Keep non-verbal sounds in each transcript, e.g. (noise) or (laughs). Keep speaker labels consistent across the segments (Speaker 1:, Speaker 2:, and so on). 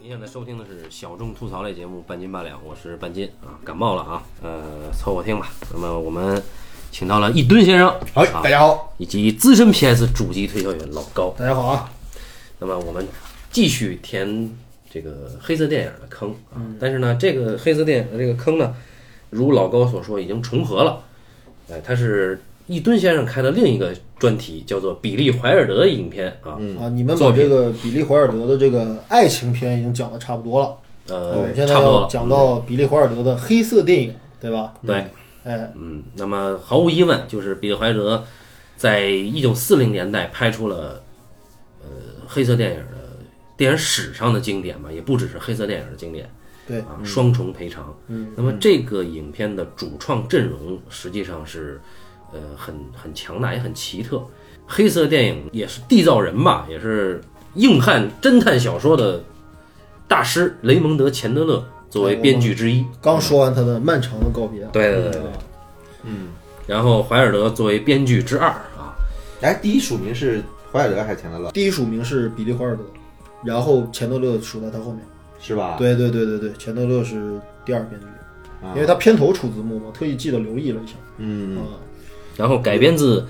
Speaker 1: 您现在收听的是小众吐槽类节目《半斤八两》，我是半斤啊，感冒了啊，呃，凑合听吧。那么我们请到了一吨先生，
Speaker 2: 好，
Speaker 1: 啊
Speaker 2: 大家好，
Speaker 1: 以及资深 PS 主机推销员老高。
Speaker 2: 大家好啊！
Speaker 1: 那么我们继续填这个黑色电影的坑啊，
Speaker 2: 嗯
Speaker 1: 但是呢，这个黑色电影的这个坑呢，如老高所说，已经重合了。哎，他是一吨先生开的另一个专题，叫做《比利怀尔德》影片啊。
Speaker 2: 啊，你们
Speaker 1: 作
Speaker 2: 把
Speaker 1: 品
Speaker 2: 这个比利怀尔德的这个爱情片已经讲的差不多了，我
Speaker 1: 呃
Speaker 2: 们，现在
Speaker 1: 差不多
Speaker 2: 要
Speaker 1: 了，
Speaker 2: 讲到比利怀尔德的黑色电影，对吧？
Speaker 1: 对。
Speaker 2: 哎，
Speaker 1: 嗯，那么毫无疑问，就是比利怀德在一九四零年代拍出了呃黑色电影的呃电影史上的经典吧，也不只是黑色电影的经典。
Speaker 2: 对
Speaker 1: 啊，双重赔偿。嗯，那么这个影片的主创阵容实际上是呃很很强大，也很奇特。黑色电影也是缔造人吧，也是硬汉侦探小说的大师雷蒙德·钱德勒作为编剧之一。
Speaker 2: 刚说完他的漫长的告别，啊
Speaker 1: 对对对对，嗯。然后怀尔德作为编剧之二啊，
Speaker 3: 哎，第一署名是怀尔德还是钱德勒？
Speaker 2: 第一署名是比利怀尔德，然后钱德勒署在他后面。
Speaker 3: 是吧？，
Speaker 2: 对对对对对，钱德勒是第二编剧，
Speaker 3: 啊
Speaker 2: 因为他片头出字幕嘛，特意记得留意了一下。
Speaker 3: 嗯，
Speaker 2: 啊，
Speaker 1: 然后改编自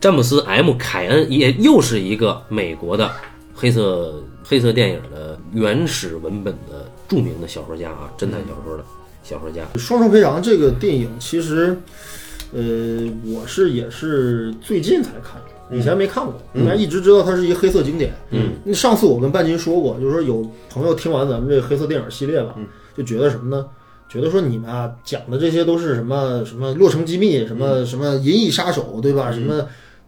Speaker 1: 詹姆斯 ·M· 凯恩，也又是一个美国的黑色黑色电影的原始文本的著名的小说家啊，侦探小说的小说家。
Speaker 2: 双重赔偿这个电影，其实，呃，我是也是最近才看的，以前没看过。但一直知道它是一黑色经典。嗯，那上次我跟半斤说过，就是说有朋友听完咱们这黑色电影系列吧，就觉得什么呢？觉得说你们啊讲的这些都是什么什么《洛城机密》，什么什么《银翼杀手》，对吧？什么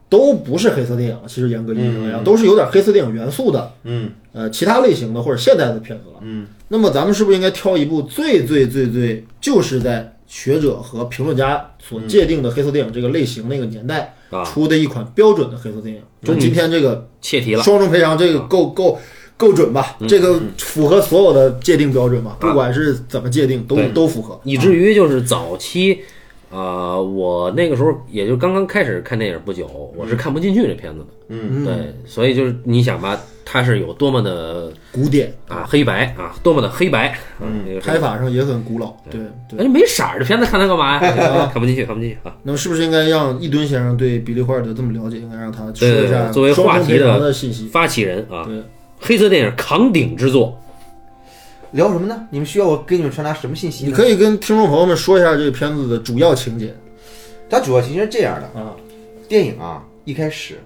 Speaker 2: 都不是黑色电影，其实严格意义上来讲，都是有点黑色电影元素的。
Speaker 3: 嗯，
Speaker 2: 呃，其他类型的或者现代的片子了。嗯，那么咱们是不是应该挑一部最最最最就是在学者和评论家所界定的黑色电影这个类型那个年代
Speaker 1: 啊嗯
Speaker 2: 出的一款标准的黑色电影？就今天这个
Speaker 1: 切题了，
Speaker 2: 双重赔偿，这个够够够准吧？
Speaker 1: 嗯
Speaker 2: 这个符合所有的界定标准吧？不管是怎么界定，都
Speaker 1: 对
Speaker 2: 都符合。
Speaker 1: 以至于就是早期。啊、我那个时候也就刚刚开始看电影不久，我是看不进去这片子的。嗯，对，所以就是你想吧，它是有多么的
Speaker 2: 古典
Speaker 1: 啊，黑白啊，多么的黑白，嗯，这个
Speaker 2: 拍法上也很古老，对对。
Speaker 1: 哎，没色儿的片子看它干嘛 (laughs) 呀？看不进去，看不进去啊！
Speaker 2: 那么是不是应该让一吨先生对比利怀尔德这么了解？应该让他说
Speaker 1: 对对
Speaker 2: 一
Speaker 1: 对，
Speaker 2: 下
Speaker 1: 作为
Speaker 2: 双
Speaker 1: 话
Speaker 2: 重
Speaker 1: 题
Speaker 2: 赔偿的
Speaker 1: 的
Speaker 2: 信息。
Speaker 1: 发起人啊，
Speaker 2: 对，
Speaker 1: 黑色电影扛鼎之作，
Speaker 3: 聊什么呢？你们需要我给你们传达什么信息
Speaker 2: 你
Speaker 3: 呢？
Speaker 2: 可以跟听众朋友们说一下这个片子的主要情节
Speaker 3: 它主要其实是这样的，
Speaker 2: 啊，
Speaker 3: 电影啊，一开始，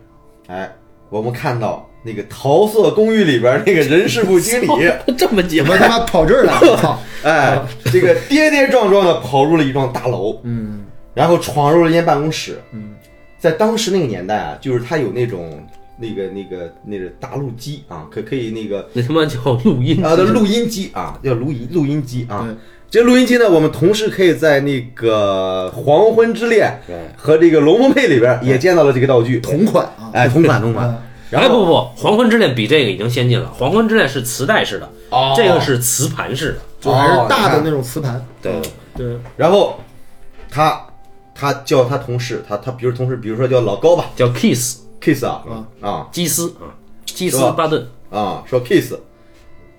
Speaker 3: 哎，我们看到那个桃色公寓里边那个人事部
Speaker 2: (laughs)
Speaker 3: 经理，
Speaker 2: 哦
Speaker 1: 哦这么
Speaker 2: 怎
Speaker 1: 讲，
Speaker 2: 么他妈跑这儿来了？操！
Speaker 3: 哎，这个跌跌撞撞的跑入了一幢大楼，
Speaker 2: 嗯
Speaker 3: 然后闯入了一间办公室。
Speaker 2: 嗯，
Speaker 3: 在当时那个年代啊，就是他有那种那个那个那个大录机啊，可可以那个
Speaker 1: 那他妈叫录音
Speaker 3: 啊，的录音机啊，叫录音录音机啊
Speaker 2: 对。
Speaker 3: 这录音机呢，我们同时可以在那个《黄昏之恋
Speaker 1: 对》
Speaker 3: 和这个《龙凤配》里边也见到了这个道具，
Speaker 2: 同款啊，
Speaker 3: 哎，同款同款。
Speaker 1: 哎
Speaker 3: 然
Speaker 1: 不
Speaker 3: 后
Speaker 1: 不不，《黄昏之恋》比这个已经先进了，《黄昏之恋》是磁带式的，
Speaker 3: 哦
Speaker 1: 这个是磁盘式的，
Speaker 2: 就还是
Speaker 3: 哦
Speaker 2: 大的
Speaker 3: 你看
Speaker 2: 那种磁盘。
Speaker 3: 嗯
Speaker 2: 啊
Speaker 1: 对，
Speaker 2: 对，
Speaker 3: 然后他他叫他同事，他他比如同事，比如说叫老高吧
Speaker 1: 叫 Kiss
Speaker 3: ，Kiss
Speaker 2: 嗯
Speaker 3: 啊啊
Speaker 1: 基斯啊，基斯
Speaker 3: 是吧
Speaker 1: 巴顿，
Speaker 3: 啊，说 Kiss，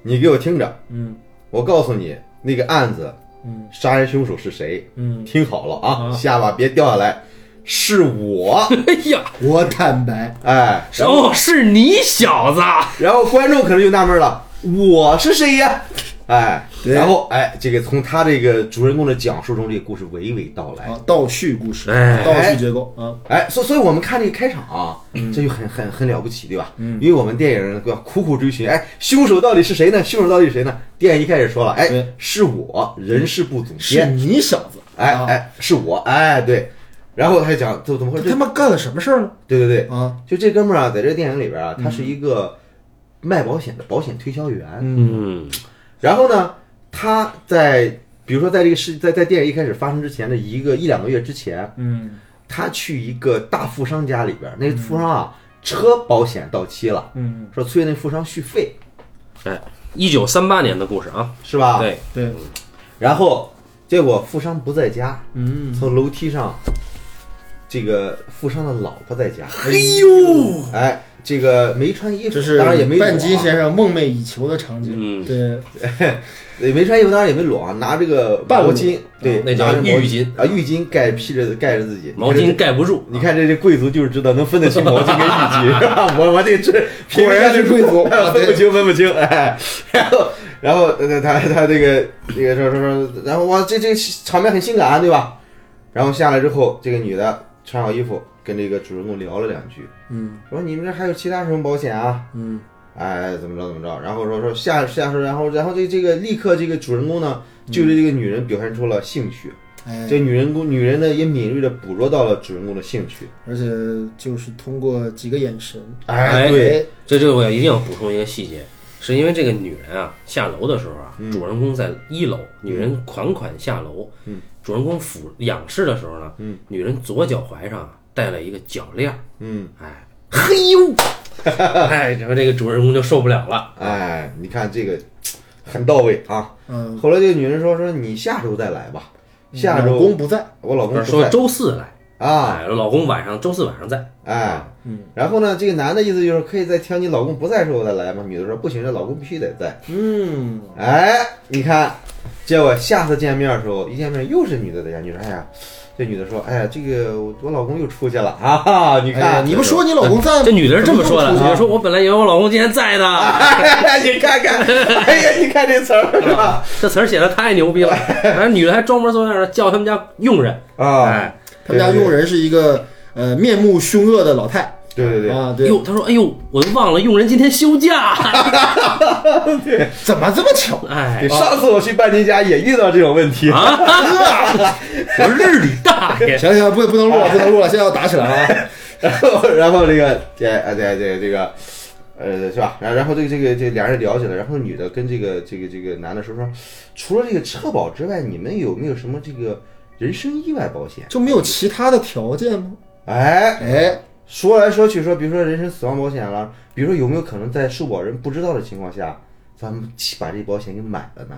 Speaker 3: 你给我听着，
Speaker 2: 嗯
Speaker 3: 我告诉你那个案子
Speaker 2: 嗯
Speaker 3: 杀人凶手是谁，
Speaker 2: 嗯，
Speaker 3: 听好了啊，
Speaker 2: 啊
Speaker 3: 下巴别掉下来，是我，
Speaker 1: 哎呀，
Speaker 2: 我坦白，
Speaker 3: 哎，然后
Speaker 1: 哦，是你小子，啊
Speaker 3: 然后观众可能就纳闷了，我是谁呀？哎，
Speaker 2: 对
Speaker 3: 然后哎，这个从他这个主人公的讲述中，这个故事娓娓道来。
Speaker 2: 啊，倒叙故事，
Speaker 1: 哎
Speaker 2: 倒叙结构啊，
Speaker 3: 哎，所所以我们看这个开场啊，
Speaker 2: 嗯
Speaker 3: 这就很很很了不起，对吧？因为我们电影人要苦苦追寻，哎，凶手到底是谁呢？凶手到底是谁呢？电影一开始说了，哎
Speaker 2: 对，
Speaker 3: 是我，人事部总
Speaker 2: 是
Speaker 3: 监，
Speaker 2: 你小子，
Speaker 3: 哎
Speaker 2: 啊，
Speaker 3: 哎，是我，哎对，然后他就讲怎怎么回
Speaker 2: 他
Speaker 3: 事
Speaker 2: 他？妈干了什么事儿了
Speaker 3: 对对对，
Speaker 2: 啊？
Speaker 3: 就这哥们儿啊，在这电影里边啊，他是
Speaker 2: 嗯
Speaker 3: 一个卖保险的保险推销员，
Speaker 1: 嗯，
Speaker 3: 然后呢，他在比如说在这个事在在电影一开始发生之前的一个一两个月之前，
Speaker 2: 嗯
Speaker 3: 他去一个大富商家里边儿，那
Speaker 1: 嗯
Speaker 3: 富商啊、车保险到期了，
Speaker 2: 嗯，
Speaker 3: 说催那富商续费，
Speaker 1: 哎，一九三八年的故事啊，
Speaker 3: 是吧？。
Speaker 1: 对，
Speaker 2: 对，
Speaker 3: 然后结果富商不在家，
Speaker 2: 嗯
Speaker 3: 从楼梯上这个富商的老婆在家，
Speaker 1: 哎呦，
Speaker 3: 哎，这个没穿衣服，
Speaker 2: 这是
Speaker 3: 当然也没裸、
Speaker 2: 半基
Speaker 3: 啊，
Speaker 2: 先生梦寐以求的场景。
Speaker 1: 嗯，
Speaker 2: 对，
Speaker 3: 也没穿衣服，当然也没裸啊，拿这个
Speaker 2: 半
Speaker 3: 毛
Speaker 2: 裸
Speaker 3: 巾，对，
Speaker 1: 那叫
Speaker 3: 拿着毛
Speaker 1: 浴巾
Speaker 3: 啊，浴巾盖披着盖着自己，
Speaker 1: 毛巾盖不住，
Speaker 3: 你看这些贵族就是知道能分得清毛巾跟浴巾，
Speaker 2: (laughs)
Speaker 3: 是吧？我我得这
Speaker 2: 果然是贵族啊
Speaker 3: 分不清分不清。哎，然后然后呃他他这个这个说说说，然后哇这这场面很性感啊，对吧？然后下来之后，这个女的穿好衣服，跟这个主人公聊了两句，
Speaker 2: 嗯
Speaker 3: 说你们这还有其他什么保险啊？
Speaker 2: 嗯
Speaker 3: 哎，怎么着怎么着，然后说说下下说，然后然后这这个立刻这个主人公呢，就对这个女人表现出了兴趣，
Speaker 2: 嗯哎，
Speaker 3: 这女人公女人呢也敏锐的捕捉到了主人公的兴趣，
Speaker 2: 而且就是通过几个眼神，
Speaker 1: 哎
Speaker 3: 对，
Speaker 2: 哎，
Speaker 1: 这这个我要一定要补充一个细节，是因为这个女人啊下楼的时候啊，
Speaker 2: 嗯
Speaker 1: 主人公在一楼，女人款款下楼，
Speaker 3: 嗯，
Speaker 1: 主人公俯仰视的时候呢，
Speaker 3: 嗯，
Speaker 1: 女人左脚踝上啊戴了一个脚链儿，
Speaker 3: 嗯，
Speaker 1: 哎，嘿呦， (laughs) 哎，然后这个主人公就受不了了，
Speaker 3: 哎，你看这个很到位啊。
Speaker 2: 嗯，
Speaker 3: 后来这个女人说说你下周再来吧，下
Speaker 2: 老
Speaker 3: 周
Speaker 2: 公不在，
Speaker 3: 我老公不
Speaker 1: 说
Speaker 3: 在
Speaker 1: 周四来，
Speaker 3: 啊，
Speaker 1: 哎，老公晚上周四晚上在，
Speaker 3: 哎，
Speaker 2: 嗯，
Speaker 3: 然后呢，这个男的意思就是可以在挑你老公不在的时候再来嘛。女的说不行，这老公必须得在。
Speaker 2: 嗯，
Speaker 3: 哎，你看，结果下次见面的时候，一见面又是女的在家，你说哎呀，这女的说哎呀，这个我我老公又出去了 (laughs) 啊，哈，你
Speaker 2: 你
Speaker 3: 看、
Speaker 2: 哎你不说你老公在吗
Speaker 1: 这？女的是这么说的，
Speaker 2: 怎么这
Speaker 1: 女
Speaker 2: 么说啊
Speaker 1: 的说我本来以为我老公今天在呢，
Speaker 3: (laughs) 哎呀，你看
Speaker 2: (laughs)
Speaker 3: 看，哎呀，你看这词儿是吧？
Speaker 1: 这词儿写的太牛逼了，
Speaker 2: (laughs)
Speaker 1: 然后女的还专门坐那儿叫他们家佣人，
Speaker 3: 啊，
Speaker 1: 哎，
Speaker 2: 他们家佣人是一个呃面目凶恶的老太
Speaker 3: 对对对，
Speaker 2: 啊，对，
Speaker 1: 哟，他说哎呦，我都忘了佣人今天休假。
Speaker 2: 怎么这么巧？
Speaker 1: 哎啊
Speaker 3: 对，上次我去半斤家也遇到这种问题，
Speaker 1: (laughs) 我日你大爷！
Speaker 2: 行行，不不能录了，不能录了，现在要打起来了啊！
Speaker 3: (laughs) 然后然后这个这啊对对这个，呃是吧？然后然后这个这个这俩人聊起来，然后女的跟这个这个这个男的说说，除了这个车保之外，你们有没有什么这个人身意外保险？
Speaker 2: 就没有其他的条件吗？
Speaker 3: 哎，
Speaker 2: 哎，
Speaker 3: 说来说去说，比如说人身死亡保险了，比如说有没有可能在受保人不知道的情况下，咱们把这保险给买了呢？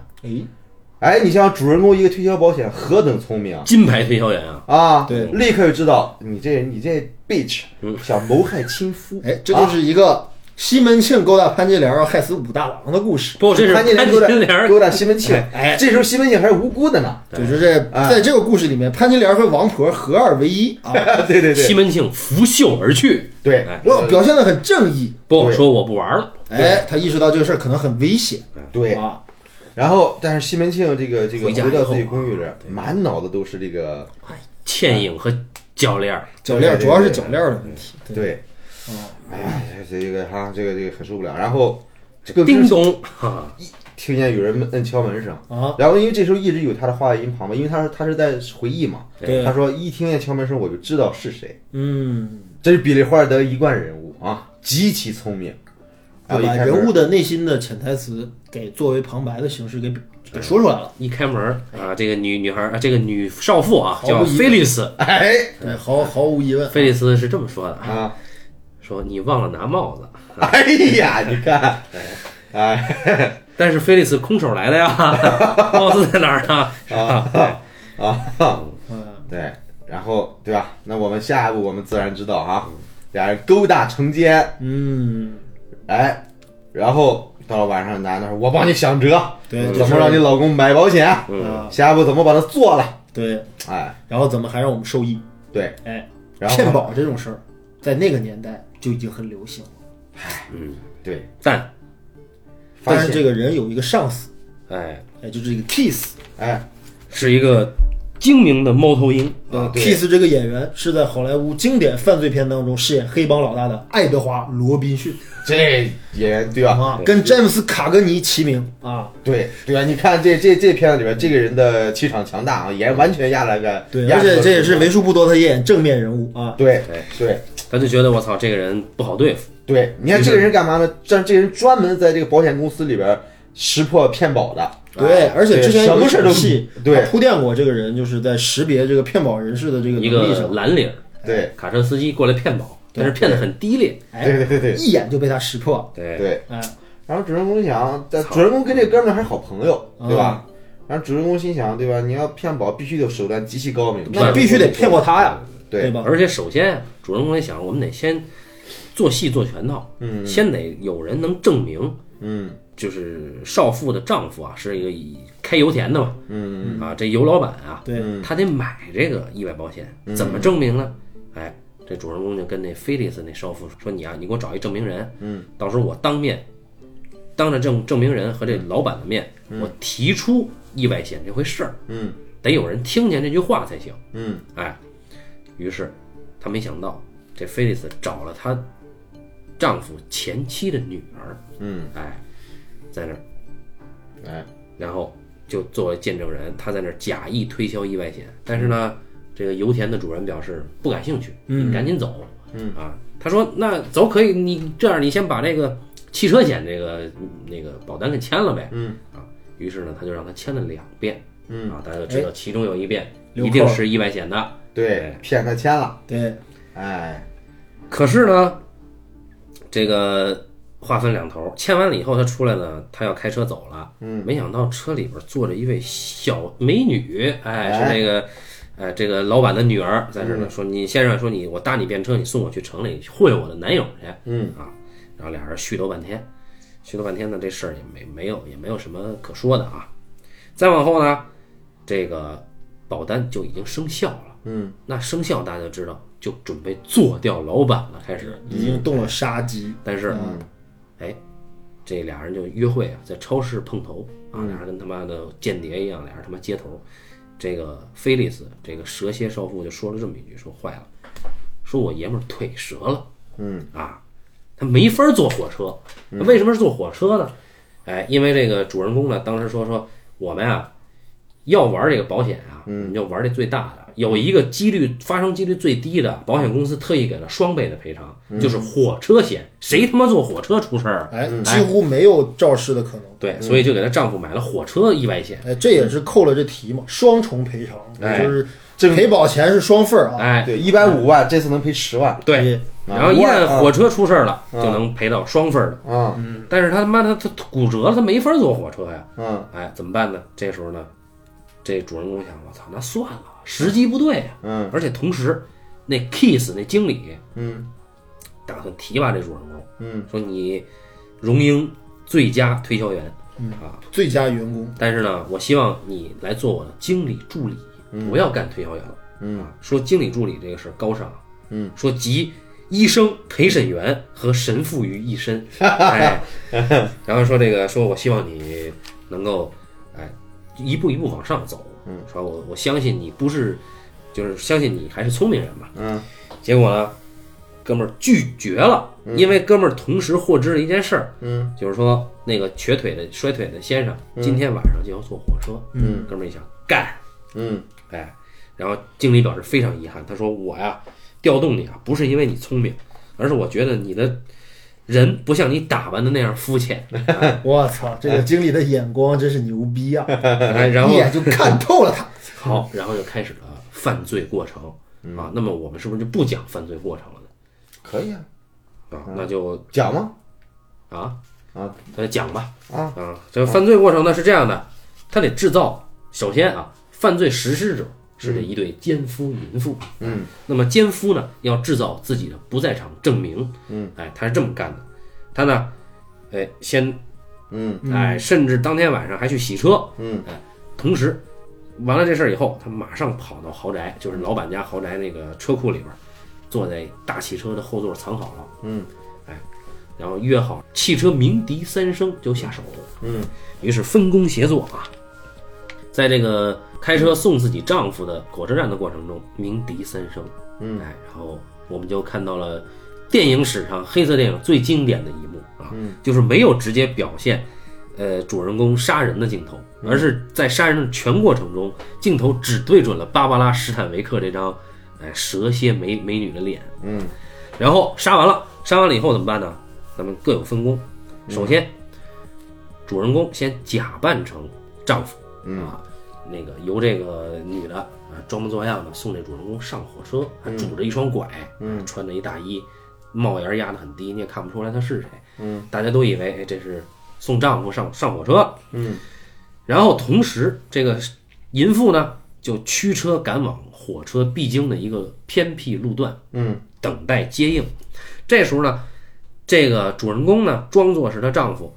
Speaker 2: 哎，
Speaker 3: 哎，你像主人公一个推销保险何等聪明啊！
Speaker 1: 金牌推销员啊，
Speaker 3: 啊，
Speaker 2: 对
Speaker 3: 立刻就知道你这你这 bitch
Speaker 1: 嗯
Speaker 3: 想谋害亲夫，
Speaker 2: 哎，这就是一个西门庆勾搭潘金莲要害死武大郎的故事。
Speaker 1: 不，这是
Speaker 3: 潘
Speaker 1: 潘金
Speaker 3: 金莲勾搭
Speaker 1: 莲儿
Speaker 3: 勾搭西门庆，
Speaker 2: 哎
Speaker 3: 这时候西门庆还是无辜的呢， (laughs)
Speaker 2: 就是这，
Speaker 3: 哎
Speaker 2: 在这个故事里面，潘金莲和王婆合二为一 (laughs) 啊！
Speaker 3: 对对
Speaker 1: 西
Speaker 3: 对
Speaker 1: 门庆拂袖而去。
Speaker 3: 对
Speaker 1: 哎，
Speaker 2: 我表现的很正义。
Speaker 1: 不，我
Speaker 3: 对
Speaker 1: 说我不玩了。
Speaker 2: 哎，他意识到这个事儿可能很危险
Speaker 3: 对。
Speaker 2: 啊，
Speaker 3: 然后，但是西门庆这个这个
Speaker 1: 回家
Speaker 3: 回到
Speaker 1: 以后
Speaker 3: 自己
Speaker 1: 啊
Speaker 3: 公寓里，满脑子都是这个
Speaker 1: 倩影和脚链儿，
Speaker 2: 脚链儿
Speaker 3: 对对对
Speaker 2: 主要是脚链儿的问题。对，
Speaker 3: 对，
Speaker 1: 嗯
Speaker 3: 哎呀，这这个哈，这个这个很受不了。然后这个
Speaker 1: 叮咚，哈，
Speaker 3: 听见有人摁敲门声
Speaker 2: 啊，
Speaker 3: 然后因为这时候一直有他的话音旁嘛，因为他是他是在回忆嘛，
Speaker 2: 对
Speaker 3: 他说一听见敲门声我就知道是谁，
Speaker 2: 嗯，
Speaker 3: 这是比利华尔德一贯人物啊，极其聪明。然
Speaker 2: 啊把
Speaker 3: 后一开门
Speaker 2: 人物的内心的潜台词给作为旁白的形式给给说出来了，
Speaker 1: 一开门儿啊，这个女女孩儿啊，这个女少妇啊，
Speaker 2: 毫
Speaker 1: 叫
Speaker 2: 无疑问
Speaker 1: 菲利斯。
Speaker 3: 哎
Speaker 2: 对，毫毫无疑问。
Speaker 1: 菲利斯 (laughs) 是这么说的啊，
Speaker 3: 啊， (laughs)
Speaker 1: 说你忘了拿帽子，
Speaker 3: 哎呀，你看，哎
Speaker 1: 但是菲利斯空手来的呀， (laughs) 帽子在哪儿呢？哎
Speaker 3: 啊啊，
Speaker 2: 嗯，
Speaker 3: 对，然后对吧？那我们下一步我们自然知道啊，俩人勾搭成奸，
Speaker 2: 嗯，
Speaker 3: 哎，然后到了晚上，男的说：“我帮你想辙，
Speaker 2: 对就是
Speaker 3: 怎么让你老公买保险？
Speaker 2: 啊
Speaker 3: 下一步怎么把它做了？
Speaker 2: 对，
Speaker 3: 哎，
Speaker 2: 然后怎么还让我们受益？
Speaker 3: 对，
Speaker 2: 哎，
Speaker 3: 然
Speaker 2: 骗
Speaker 3: 后
Speaker 2: 保这种事儿，在那个年代就已经很流行了。
Speaker 3: 对，
Speaker 1: 但
Speaker 3: 发
Speaker 2: 但
Speaker 3: 现
Speaker 2: 是这个人有一个上司，
Speaker 1: 哎，
Speaker 2: 哎，就是这个 Kiss，
Speaker 3: 哎，
Speaker 1: 是一个精明的猫头鹰，
Speaker 2: 呃
Speaker 3: 啊对
Speaker 2: ，Kiss 这个演员是在好莱坞经典犯罪片当中饰演黑帮老大的爱德华·罗宾逊
Speaker 3: 这也对吧？
Speaker 2: 啊，跟詹姆斯·卡格尼齐名啊。
Speaker 3: 对对啊，你看这这这片子里边，这个人的气场强大啊，也完全压了个，
Speaker 2: 对，
Speaker 3: 压
Speaker 2: 而
Speaker 3: 制
Speaker 2: 且
Speaker 3: 了
Speaker 2: 这也是
Speaker 3: 对
Speaker 2: 为数不多他演正面人物啊。
Speaker 3: 对
Speaker 1: 对
Speaker 3: 对
Speaker 1: 他就觉得我操，这个人不好对付。
Speaker 3: 对，你看这个人干嘛呢？这这人专门在这个保险公司里边识破骗保的，
Speaker 2: 对，而且之前
Speaker 3: 什
Speaker 2: 有
Speaker 3: 么
Speaker 2: 一
Speaker 3: 事儿都
Speaker 2: 场戏
Speaker 3: 对
Speaker 2: 他铺垫过这个人，就是在识别这个骗保人士的这个
Speaker 1: 一
Speaker 2: 能力
Speaker 1: 个
Speaker 2: 上，
Speaker 1: 蓝领儿
Speaker 3: 对
Speaker 1: 卡车司机过来骗保，但是骗得很低劣。
Speaker 2: 哎
Speaker 3: 对对对对
Speaker 2: 一眼就被他识破了。
Speaker 1: 对
Speaker 3: 对。
Speaker 2: 哎，
Speaker 3: 然后主人公想，但主人公跟这哥们儿还是好朋友，
Speaker 2: 嗯
Speaker 3: 对吧？然后主人公心想，对吧？你要骗保，必须得手段极其高明，
Speaker 2: 那必须得骗过他呀。
Speaker 3: 对
Speaker 2: 吧？
Speaker 1: 而且首先，主人公也想，我们得先做戏做全套，嗯，先得有人能证明，
Speaker 3: 嗯，
Speaker 1: 就是少妇的丈夫啊是一个以开油田的嘛，嗯啊，这油老板啊，
Speaker 2: 对，
Speaker 1: 他得买这个意外保险，怎么证明呢？哎，这主人公就跟那菲利斯那少妇说：“你啊，你给我找一证明人，嗯，到时候我当面，当着证证明人和这老板的面，我提出意外险这回事儿，
Speaker 3: 嗯，
Speaker 1: 得有人听见这句话才行。”
Speaker 3: 嗯，
Speaker 1: 哎，于是他没想到，这菲利斯找了她丈夫前妻的女儿，
Speaker 3: 嗯，
Speaker 1: 哎，在那儿，
Speaker 3: 哎，
Speaker 1: 然后就作为见证人，他在那儿假意推销意外险，但是呢，这个油田的主人表示不感兴趣，你赶紧走，嗯啊，他说那走可以，你这样你先把这个汽车险这个那个保单给签了呗，嗯啊，于是呢，他就让他签了两遍，嗯啊，大家就知道其中有一遍
Speaker 2: 留
Speaker 1: 一定
Speaker 2: 扣
Speaker 1: 是意外险的，
Speaker 3: 对，骗他签了，
Speaker 2: 对，
Speaker 3: 哎，
Speaker 1: 可是呢，这个话分两头，签完了以后，他出来呢，他要开车走了。嗯，没想到车里边坐着一位小美女，哎，嗯
Speaker 3: 哎
Speaker 1: 是那个，哎，这个老板的女儿在这儿呢，说你先生说你我搭你便车，你送我去城里会我的男友去。嗯啊，然后俩人絮叨半天，絮叨半天呢，这事儿也没没有也没有什么可说的啊。再往后呢，这个保单就已经生效了。嗯，那生效大家就知道，就准备做掉老板了，开始。
Speaker 2: 已经动了杀机，
Speaker 1: 但是，哎，这俩人就约会啊，在超市碰头啊，俩人跟他妈的间谍一样，俩人他妈接头。这个菲利斯，这个蛇蝎少妇就说了这么一句，说坏了，说我爷们儿腿折了，嗯啊，他没法坐火车，那为什么是坐火车呢？哎，因为这个主人公呢，当时说说我们啊，要玩这个保险啊，你就玩这最大的，有一个几率发生几率最低的，保险公司特意给了双倍的赔偿，就是火车险，谁他妈坐火车出事儿啊？
Speaker 2: 哎，几乎没有肇事的可能。
Speaker 1: 对，所以就给她丈夫买了火车意外险。
Speaker 2: 哎，这也是扣了这题嘛，双重赔偿，
Speaker 1: 哎
Speaker 2: 就是赔保钱是双份儿啊。
Speaker 1: 哎，
Speaker 3: 对，一百五万，这次能赔十万，
Speaker 1: 对，然后一旦火车出事儿了，就能赔到双份儿的。
Speaker 2: 嗯
Speaker 3: 啊，
Speaker 1: 但是他他妈他他骨折了，他没法坐火车呀。
Speaker 3: 嗯，
Speaker 1: 哎，怎么办呢？这时候呢，这主人公想，我操，那算了，时机不对呀、
Speaker 3: 嗯，
Speaker 1: 而且同时，那 Kiss 那经理，嗯，打算提拔这主人公，嗯，说你荣膺最佳推销员，嗯啊，
Speaker 2: 最佳员工，
Speaker 1: 但是呢，我希望你来做我的经理助理，不要干推销员了。嗯、啊，说经理助理这个事儿高尚，嗯，说集医生、陪审员和神父于一 (laughs) 身，哎，然后说这个，说我希望你能够，哎，一步一步往上走，嗯，说我我相信你不是，就是相信你还是聪明人嘛，嗯，结果呢，哥们儿拒绝了，因为哥们儿同时获知了一件事儿，嗯，就是说那个瘸腿的摔腿的先生今天晚上就要坐火车，嗯，哥们儿一想干，
Speaker 3: 嗯，
Speaker 1: 哎，然后经理表示非常遗憾，他说我呀调动你啊，不是因为你聪明，而是我觉得你的人不像你打扮的那样肤浅，
Speaker 2: 我操，这个经理的眼光真是牛逼啊！
Speaker 1: 哎，然后
Speaker 2: 一眼就看透了他。
Speaker 1: 好，然后就开始了犯罪过程啊。那么我们是不是就不讲犯罪过程了呢？
Speaker 3: 可以啊，
Speaker 1: 啊，那就
Speaker 3: 讲吗？
Speaker 1: 啊
Speaker 3: 啊，
Speaker 1: 那就讲吧
Speaker 3: 啊
Speaker 1: 啊。这个犯罪过程呢是这样的，他得制造，首先啊，犯罪实施者是这一对奸夫淫妇，嗯，那么奸夫呢要制造自己的不在场证明，嗯，哎，他是这么干的，他呢，哎，先
Speaker 3: 嗯，
Speaker 1: 哎，甚至当天晚上还去洗车，
Speaker 3: 嗯，
Speaker 1: 哎，同时完了这事儿以后，他马上跑到豪宅，就是老板家豪宅那个车库里边，坐在大汽车的后座藏好了，
Speaker 3: 嗯，
Speaker 1: 哎，然后约好汽车鸣笛三声就下手，嗯，于是分工协作啊，在这个开车送自己丈夫的火车站的过程中，鸣笛三声，嗯，哎，然后我们就看到了。电影史上黑色电影最经典的一幕啊，就是没有直接表现呃主人公杀人的镜头，而是在杀人的全过程中，镜头只对准了芭芭拉·史坦维克这张哎蛇蝎美美女的脸。嗯，然后杀完了，杀完了以后怎么办呢？咱们各有分工。首先，主人公先假扮成丈夫，啊，那个由这个女的啊装模作样的送这主人公上火车，还拄着一双拐，嗯，穿着一大衣，帽檐压得很低，你也看不出来她是谁，嗯，大家都以为哎这是送丈夫上上火车，嗯，然后同时这个淫妇呢就驱车赶往火车必经的一个偏僻路段，
Speaker 3: 嗯
Speaker 1: 等待接应。这时候呢，这个主人公呢，装作是她丈夫，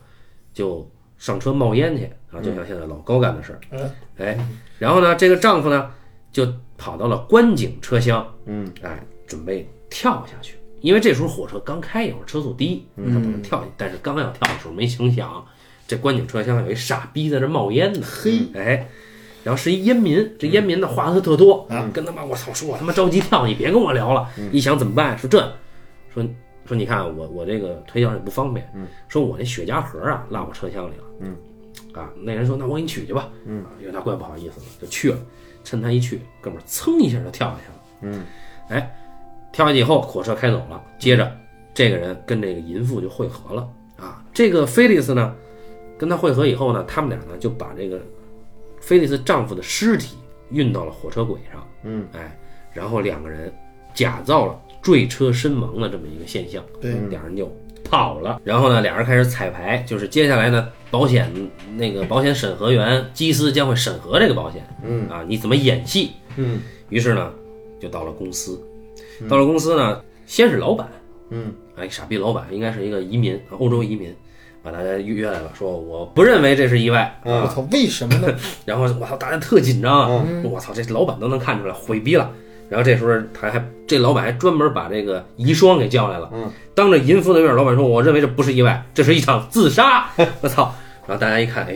Speaker 1: 就上车冒烟去啊，就像现在老高干的事儿。
Speaker 2: 嗯
Speaker 1: 哎，然后呢，这个丈夫呢，就跑到了观景车厢，
Speaker 3: 嗯，
Speaker 1: 哎，准备跳下去，因为这时候火车刚开一会儿，车速低，他
Speaker 2: 嗯
Speaker 1: 不能跳下去。但是刚要跳的时候，没成想，这观景车厢有一傻逼在这冒烟呢，
Speaker 2: 嘿，
Speaker 1: 哎。然后是一烟民，这烟民呢话特特多，跟他妈我操，说我他妈着急跳，你别跟我聊了。一想怎么办？说这，说说你看啊我我这个腿脚也不方便，说我那雪茄盒啊落我车厢里了，嗯，啊，那人说那我给你取去吧，嗯，因为他怪不好意思的，就去了。趁他一去，哥们儿噌一下就跳下去了，嗯，哎，跳下去以后，火车开走了。接着，这个人跟这个淫妇就会合了啊。这个菲利斯呢，跟他会合以后呢，他们俩呢就把这个菲利斯丈夫的尸体运到了火车轨上，嗯，哎，然后两个人假造了坠车身亡的这么一个现象，
Speaker 2: 对，
Speaker 1: 俩人就跑了。然后呢，俩人开始彩排，就是接下来呢，保险那个保险审核员基斯将会审核这个保险，嗯啊，你怎么演戏？
Speaker 3: 嗯，
Speaker 1: 于是呢，就到了公司，到了公司呢，先是老板，
Speaker 3: 嗯，
Speaker 1: 哎，傻逼老板应该是一个移民，啊欧洲移民。把大家约约来了，说我不认为这是意外，
Speaker 2: 我操，为什么呢？
Speaker 1: 然后我操，大家特紧张啊！
Speaker 3: 嗯
Speaker 1: 我操，这老板都能看出来毁逼了。然后这时候他还这老板还专门把这个遗孀给叫来了，
Speaker 3: 嗯
Speaker 1: 当着淫妇的面，老板说：“我认为这不是意外，这是一场自杀。” (laughs) 我操！然后大家一看，哎，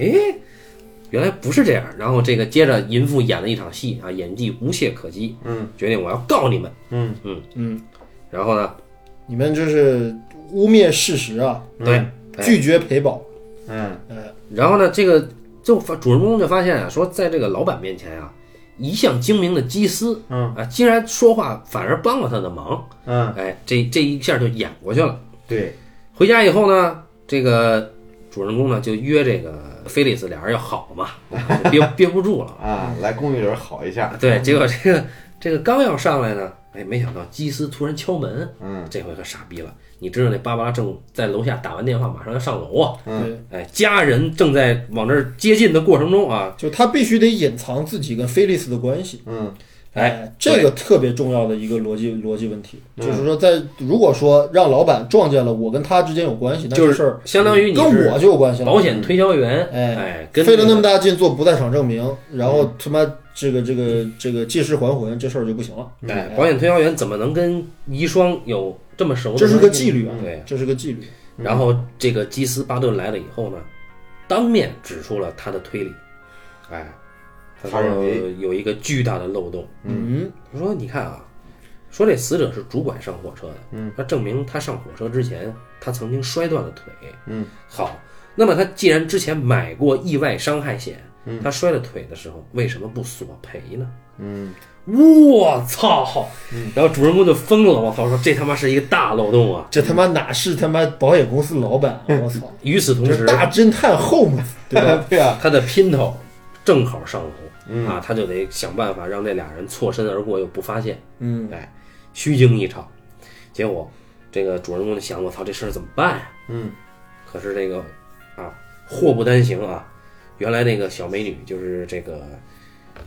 Speaker 1: 原来不是这样。然后这个接着淫妇演了一场戏啊，演技无懈可击，
Speaker 3: 嗯，
Speaker 1: 决定我要告你们。
Speaker 3: 嗯
Speaker 2: 嗯，
Speaker 1: 然后呢，
Speaker 2: 你们这是污蔑事实啊，
Speaker 1: 对，哎
Speaker 2: 拒绝赔保。
Speaker 3: 嗯
Speaker 1: 然后呢，这个就发主人公就发现啊，说在这个老板面前啊，一向精明的基斯，
Speaker 3: 嗯
Speaker 1: 啊，竟然说话反而帮了他的忙，
Speaker 3: 嗯，
Speaker 1: 哎，这这一下就演过去了。
Speaker 3: 对，
Speaker 1: 回家以后呢，这个主人公呢就约这个菲利斯，俩人要好嘛， (laughs) 憋憋不住了。
Speaker 3: 啊，来公寓里边好一下，
Speaker 1: 对，结果这个这个刚要上来呢，哎，没想到基斯突然敲门，
Speaker 3: 嗯，
Speaker 1: 这回可傻逼了。你知道那芭芭拉正在楼下打完电话，马上要上楼啊，
Speaker 2: 对，
Speaker 1: 哎，家人正在往这儿接近的过程中啊，
Speaker 2: 就他必须得隐藏自己跟菲利斯的关系。
Speaker 3: 嗯
Speaker 1: 哎，
Speaker 2: 这个特别重要的一个逻辑逻辑问题，就是说在，如果说让老板撞见了我跟他之间有关系，那
Speaker 1: 就
Speaker 2: 这
Speaker 1: 是
Speaker 2: 事儿
Speaker 1: 相当于你
Speaker 2: 跟
Speaker 1: 是
Speaker 2: 我就有关系了。
Speaker 1: 保险推销员，
Speaker 2: 哎
Speaker 1: 哎，跟
Speaker 2: 费了那
Speaker 1: 个
Speaker 2: 么大劲做不在场证明，然后他妈这个这个这个借尸还魂，这事儿就不行了。
Speaker 1: 哎，保险推销员怎么能跟遗孀有这么熟的
Speaker 2: 这
Speaker 1: 关系
Speaker 2: 是
Speaker 1: 呢？
Speaker 2: 个纪律啊，嗯
Speaker 1: 对。
Speaker 2: 这是个纪律。
Speaker 1: 然后这个基斯巴顿来了以后呢，当面指出了他的推理，哎，他
Speaker 3: 他认
Speaker 1: 说
Speaker 3: 为
Speaker 1: 有一个巨大的漏洞。
Speaker 2: 嗯，
Speaker 1: 他说：“你看啊，说这死者是主管上火车的，
Speaker 3: 嗯，
Speaker 1: 那证明他上火车之前他曾经摔断了腿，
Speaker 3: 嗯，
Speaker 1: 好，那么他既然之前买过意外伤害险，嗯，他摔了腿的时候为什么不索赔呢？
Speaker 3: 嗯，
Speaker 1: 我操！
Speaker 2: 嗯
Speaker 1: 然后主人公就疯了，我操！说这他妈是一个大漏洞啊！
Speaker 2: 这他妈哪是他妈保险公司老板啊！我操，
Speaker 1: 与此同
Speaker 2: 这
Speaker 1: 时
Speaker 2: 是，大侦探 Home 对吧？
Speaker 3: (laughs) 对啊，
Speaker 1: 他的姘头正好上
Speaker 3: 嗯
Speaker 1: 楼啊，他就得想办法让这俩人错身而过又不发现，
Speaker 2: 嗯，
Speaker 1: 哎，虚惊一场。结果这个主人公就想，我操，这事儿怎么办呀？
Speaker 3: 嗯，
Speaker 1: 可是这个啊，祸不单行啊，原来那个小美女就是这个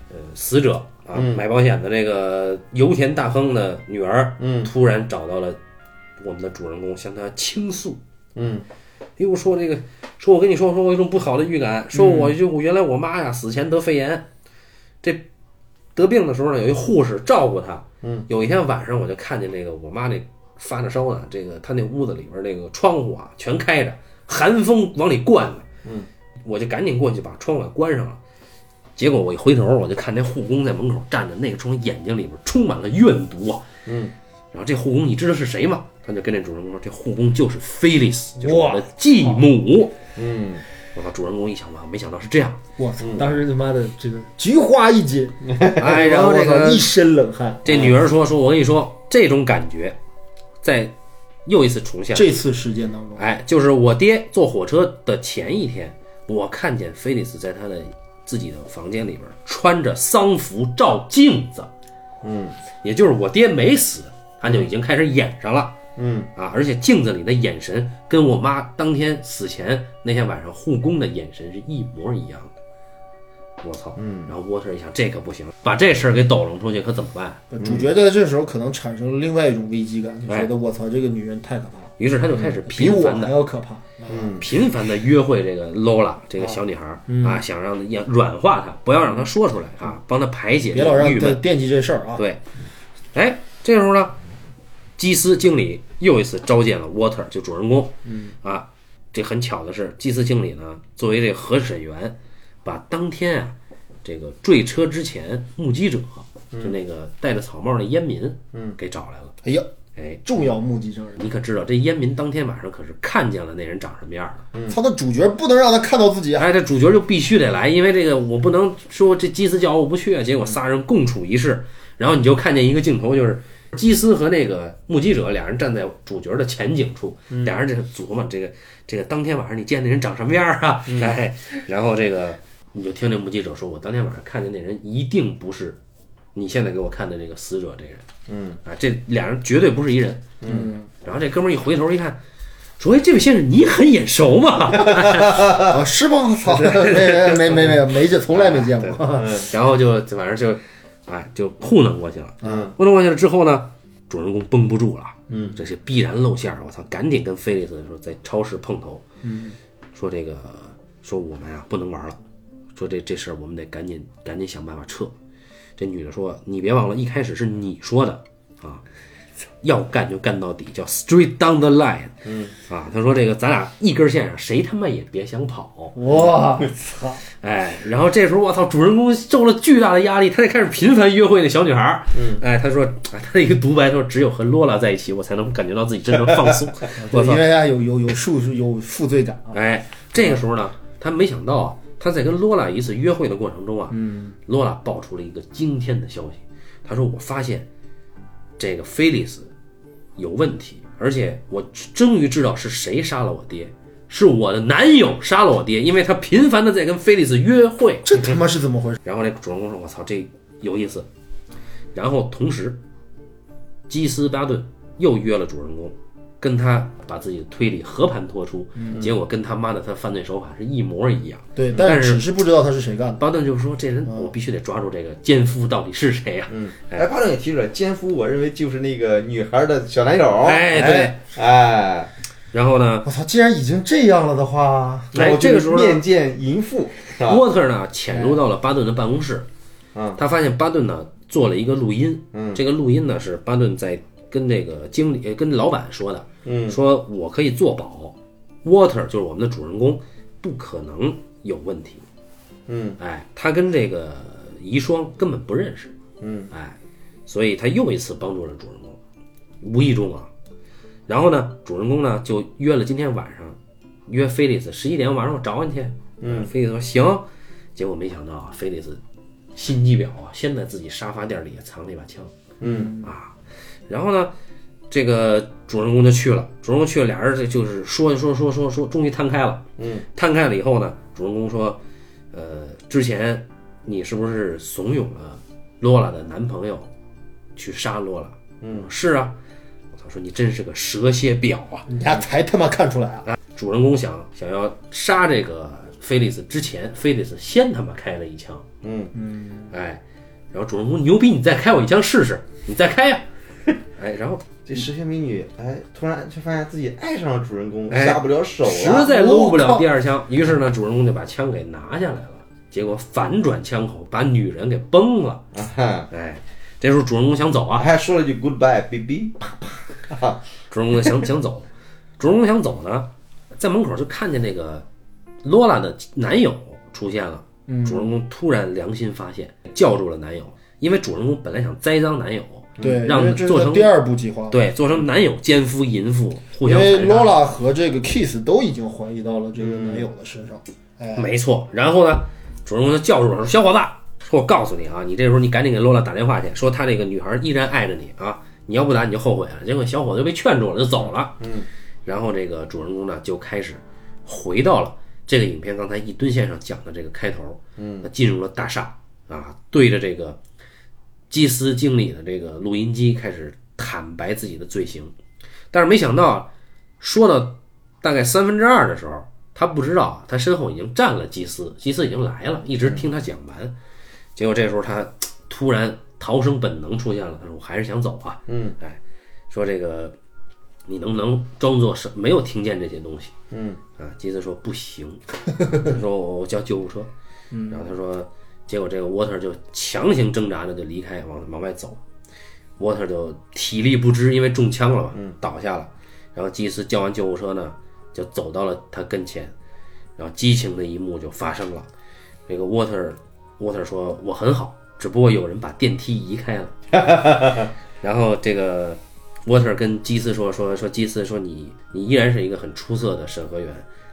Speaker 1: 呃死者啊、
Speaker 3: 嗯
Speaker 1: 买保险的这个油田大亨的女儿，
Speaker 3: 嗯，
Speaker 1: 突然找到了我们的主人公，向他倾诉，
Speaker 3: 嗯
Speaker 1: 又说这个，说我跟你说，说我有种不好的预感，说我
Speaker 3: 嗯
Speaker 1: 就我原来我妈呀死前得肺炎，这得病的时候呢，有一护士照顾她。
Speaker 3: 嗯，
Speaker 1: 有一天晚上我就看见那个我妈那发着烧呢，这个她那屋子里边那个窗户啊全开着，寒风往里灌呢。
Speaker 3: 嗯，
Speaker 1: 我就赶紧过去把窗户给关上了。结果我一回头，我就看那护工在门口站着，那个双眼睛里边充满了怨毒啊。
Speaker 3: 嗯，
Speaker 1: 然后这护工你知道是谁吗？他就跟这主人公说，这护工就是菲利斯，就是我
Speaker 2: 哇
Speaker 1: 的继母。
Speaker 3: 嗯，
Speaker 1: 我操！主人公一想，哇，没想到是这样。
Speaker 2: 我操，当时他妈的这个菊花一紧，
Speaker 1: 哎，然后这
Speaker 2: (laughs) 我操
Speaker 1: 个
Speaker 2: 一身冷汗。
Speaker 1: 这女儿说：“说我跟你说，这种感觉，在又一次重现。
Speaker 2: 这次事件当中，
Speaker 1: 哎，就是我爹坐火车的前一天，我看见菲利斯在他的自己的房间里边穿着丧服照镜子。
Speaker 3: 嗯，
Speaker 1: 也就是我爹没死，他就已经开始演上了。”
Speaker 3: 嗯
Speaker 1: 啊，而且镜子里的眼神跟我妈当天死前那天晚上护工的眼神是一模一样的。我操！
Speaker 3: 嗯，
Speaker 1: 然后沃特一想，这可不行，把这事儿给抖搂出去可怎么办？
Speaker 2: 主角在这时候可能产生了另外一种危机感，就
Speaker 1: 哎
Speaker 2: 觉得我操，这个女人太可怕了，
Speaker 1: 于是他就
Speaker 3: 嗯
Speaker 1: 开始
Speaker 2: 比
Speaker 1: 频
Speaker 2: 我
Speaker 1: 繁
Speaker 2: 还
Speaker 1: 的、
Speaker 2: 要可怕。
Speaker 1: 频繁的约会这个 Lola 这个小女孩儿啊，想让她也软化她，不要让她说出来啊，帮她排解
Speaker 2: 别
Speaker 1: 这
Speaker 2: 老
Speaker 1: 个
Speaker 2: 让
Speaker 1: 郁
Speaker 2: 他
Speaker 1: 闷。
Speaker 2: 惦记这事儿啊！
Speaker 1: 对，哎，这时候呢，基斯经理又一次召见了 Water，就主人公。嗯啊，这很巧的是，基斯经理呢，作为这个核审员，把当天啊这个坠车之前目击者，就那个戴着草帽的烟民，嗯，给找来了。
Speaker 2: 哎呀，
Speaker 1: 哎，
Speaker 2: 重要目击证人，
Speaker 1: 你可知道这烟民当天晚上可是看见了那人长什么样了？
Speaker 2: 操，那主角不能让他看到自己啊！
Speaker 1: 哎，这主角就必须得来，因为这个我不能说这基斯叫我不去啊。结果仨人共处一室，然后你就看见一个镜头，就是基斯和那个目击者俩人站在主角的前景处，俩人这琢磨这个这个当天晚上你见那人长什么样啊？哎，然后这个你就听这目击者说，我当天晚上看见那人一定不是你现在给我看的这个死者这人，嗯，啊，这俩人绝对不是一人，嗯。然后这哥们儿一回头一看，说：“哎，这位先生，你很眼熟嘛？”
Speaker 2: 啊，是吗？操，没没没没没见，从来没见过。
Speaker 1: 然后就反正就，哎，就糊弄过去了。
Speaker 3: 嗯，
Speaker 1: 糊弄过去了之后呢，主人公绷不住了，嗯，这是必然露馅儿。我操，赶紧跟菲利斯说，在超市碰头，嗯，说这个，说我们啊不能玩了，说这这事儿我们得赶紧赶紧想办法撤。这女的说，你别忘了，一开始是你说的啊。要干就干到底，叫 straight down the line。嗯啊，他说这个咱俩一根线上，谁他妈也别想跑。
Speaker 2: 哇，操！
Speaker 1: 哎，然后这时候我操，主人公受了巨大的压力，他得开始频繁约会那小女孩儿。嗯，哎，他说，哎他的一个独白说，只有和罗拉在一起，我才能感觉到自己真正放 (laughs) 松。我
Speaker 2: 对，
Speaker 1: 操
Speaker 2: 因，为他有有有负有负罪感啊。
Speaker 1: 哎，这个时候呢，他没想到啊，他在跟罗拉一次约会的过程中啊，嗯，罗拉爆出了一个惊天的消息，他说我发现这个菲利斯有问题，而且我终于知道是谁杀了我爹。是我的男友杀了我爹，因为他频繁的在跟菲利斯约会。
Speaker 2: 这他妈是怎么回事？
Speaker 1: 然后那主人公说：“我操，这有意思。”然后同时，基斯巴顿又约了主人公，跟他把自己的推理和盘托出，结果跟他妈的他犯罪手法是一模一样。
Speaker 2: 对，但
Speaker 1: 但是
Speaker 2: 只是不知道他是谁干的。
Speaker 1: 巴顿就说：“这人我必须得抓住这个奸夫到底是谁啊呀、
Speaker 3: 哎，巴顿也提出来，奸夫，我认为就是那个女孩的小男友。
Speaker 1: 哎
Speaker 3: 对，哎，
Speaker 1: 然后呢，
Speaker 2: 我操！既然已经这样了的话，
Speaker 1: 哎
Speaker 3: 然后就
Speaker 1: 这个时候呢
Speaker 3: 面见淫妇，是吧？
Speaker 1: 沃特呢潜入到了巴顿的办公室，
Speaker 3: 嗯
Speaker 1: 他发现巴顿呢做了一个录音，这个录音呢是巴顿在跟这个经理、呃跟老板说的，
Speaker 3: 嗯
Speaker 1: 说我可以做保，沃特就是我们的主人公，不可能有问题，
Speaker 3: 嗯，
Speaker 1: 哎，他跟这个遗孀根本不认识，
Speaker 3: 嗯，
Speaker 1: 哎，所以他又一次帮助了主人公，无意中啊，然后呢，主人公呢就约了今天晚上，约菲利斯十一点晚上我找你去，嗯，菲利斯说行，结果没想到啊，菲利斯心机婊啊，先在自己沙发垫里也藏了一把枪，嗯啊，然后呢，这个主人公就去了，主人公去了，俩人这就是说说说说说，终于摊开了，嗯，摊开了以后呢，主人公说，呃，之前你是不是怂恿了罗拉的男朋友去杀罗拉？嗯，是啊，我操，说你真是个蛇蝎婊啊！
Speaker 2: 你丫才他妈看出来啊！
Speaker 1: 啊，主人公想想要杀这个菲利斯之前，菲利斯先他妈开了一枪，
Speaker 3: 嗯
Speaker 1: 嗯，哎，然后主人公牛逼，你再开我一枪试试，你再开呀、 (laughs) 哎，然后
Speaker 3: 这石学美女，哎，突然就发现自己爱上了主人公，
Speaker 1: 哎
Speaker 3: 下不了手啊
Speaker 1: 实
Speaker 3: 了。
Speaker 1: 在搂不了
Speaker 2: 我
Speaker 1: 第二枪，于是呢，主人公就把枪给拿下来了，结果反转枪口，把女人给崩了，
Speaker 3: 哎
Speaker 1: 哎，这时候主人公想走啊，
Speaker 3: 还说了句 goodbye baby，
Speaker 1: 主人公想想走，主人公想走呢，在门口就看见那个罗拉的男友出现了。
Speaker 2: 嗯
Speaker 1: 主人公突然良心发现，叫住了男友，因为主人公本来想栽赃男友，
Speaker 2: 对，
Speaker 1: 嗯让
Speaker 2: 因为这
Speaker 1: 做
Speaker 2: 是
Speaker 1: 成
Speaker 2: 他第二步计划。
Speaker 1: 对，做成男友奸夫淫妇，互
Speaker 2: 因
Speaker 1: 相
Speaker 2: 为
Speaker 1: 残杀。
Speaker 2: Lola 和这个 Kiss 都已经怀疑到了这个
Speaker 1: 嗯
Speaker 2: 男友的身上。哎，
Speaker 1: 没错，然后呢，主人公就叫住了说：“小伙子，说我告诉你啊，你这时候你赶紧给罗拉打电话去，说他那个女孩依然爱着你啊，你要不打你就后悔啊了。”结果小伙子就被劝住了，就走了。嗯，然后这个主人公呢就开始回到了这个影片刚才一吨先生讲的这个开头，嗯，进入了大厦啊，对着这个基斯经理的这个录音机开始坦白自己的罪行，但是没想到啊，说到大概三分之二的时候，他不知道啊，他身后已经站了基斯，基斯已经来了，一直听他讲完。结果这时候他嘖突然逃生本能出现了，他说：“我还是想走啊。”
Speaker 3: 嗯，
Speaker 1: 哎，说这个你能不能装作是没有听见这些东西？嗯，啊，基斯说不行，他说我我叫救护车。嗯，然后他说，结果这个沃特就强行挣扎着就离开，往往外走。沃特就体力不支，因为中枪了嘛，倒下了。然后基斯叫完救护车呢，就走到了他跟前，然后激情的一幕就发生了。这个沃特，沃特说：“我很好，只不过有人把电梯移开了。”然后这个沃特跟基斯说：“说说基斯说你你依然是一个很出色的审核员，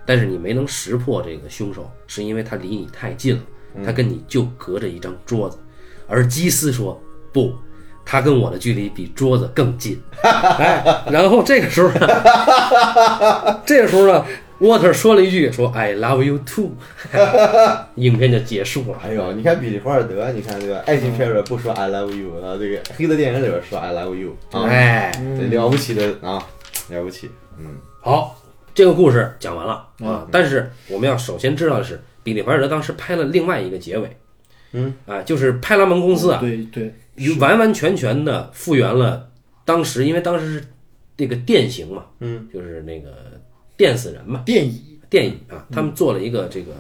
Speaker 1: 但是你没能识破这个凶手，是因为他离你太近了，他跟你就隔着一张桌子。”而基斯说：“不。”他跟我的距离比桌子更近，哎，然后这个时候呢，这个时候呢，沃特说了一句：“说 I love you too。”影片就结束了。
Speaker 3: 哎呦，你看比利·华尔德，你看这个爱情片里边不说 I love you 啊，这个黑色电影里边说 I love you 啊，
Speaker 1: 哎，
Speaker 3: 这了不起的啊，了不起，嗯，
Speaker 1: 好，这个故事讲完了啊。但是我们要首先知道的是，比利怀尔德当时拍了另外一个结尾，
Speaker 3: 嗯
Speaker 1: 啊，就是派拉蒙公司啊，
Speaker 2: 对对，
Speaker 1: 完完全全的复原了当时，因为当时是那个电刑嘛，
Speaker 3: 嗯，
Speaker 1: 就是那个电死人嘛，
Speaker 2: 电椅
Speaker 1: 电椅啊，他们
Speaker 3: 嗯
Speaker 1: 做了一个这个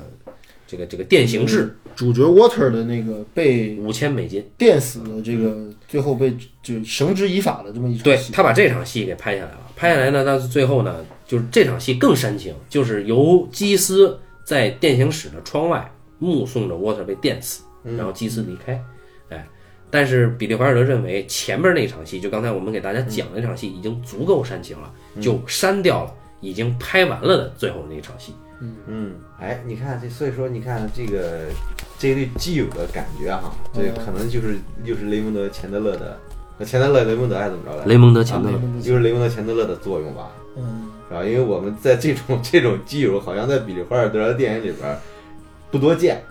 Speaker 1: 这个这个电刑制，
Speaker 2: 嗯主角 Water 的那个
Speaker 3: 嗯
Speaker 2: 被
Speaker 1: 五千美金，
Speaker 2: 电死的这个，最后被就绳之以法的这么一场
Speaker 1: 嗯对
Speaker 2: 戏。
Speaker 1: 他把这场戏给拍下来了。拍下来呢，但是最后呢，就是这场戏更煽情，就是由基斯在电刑室的窗外目送着沃特被电死，然后基斯离开。哎，但是比利怀尔德认为前面那场戏，就刚才我们给大家讲的那场戏已经足够煽情了，就删掉了已经拍完了的最后那场戏。
Speaker 3: 嗯，哎，你看这，所以说你看这个这一对基友的感觉哈，这
Speaker 2: 嗯
Speaker 3: 可能就是又是雷蒙德·钱德勒的，那钱德勒雷蒙德还怎么着来着？
Speaker 1: 雷蒙德
Speaker 3: 钱
Speaker 1: 前
Speaker 3: 德
Speaker 1: 德
Speaker 3: 勒
Speaker 1: 勒，
Speaker 3: 就是雷蒙德·钱德勒的作用吧，
Speaker 2: 嗯，
Speaker 3: 是吧？因为我们在这种这种基友，好像在比利·华尔德的电影里边不多见，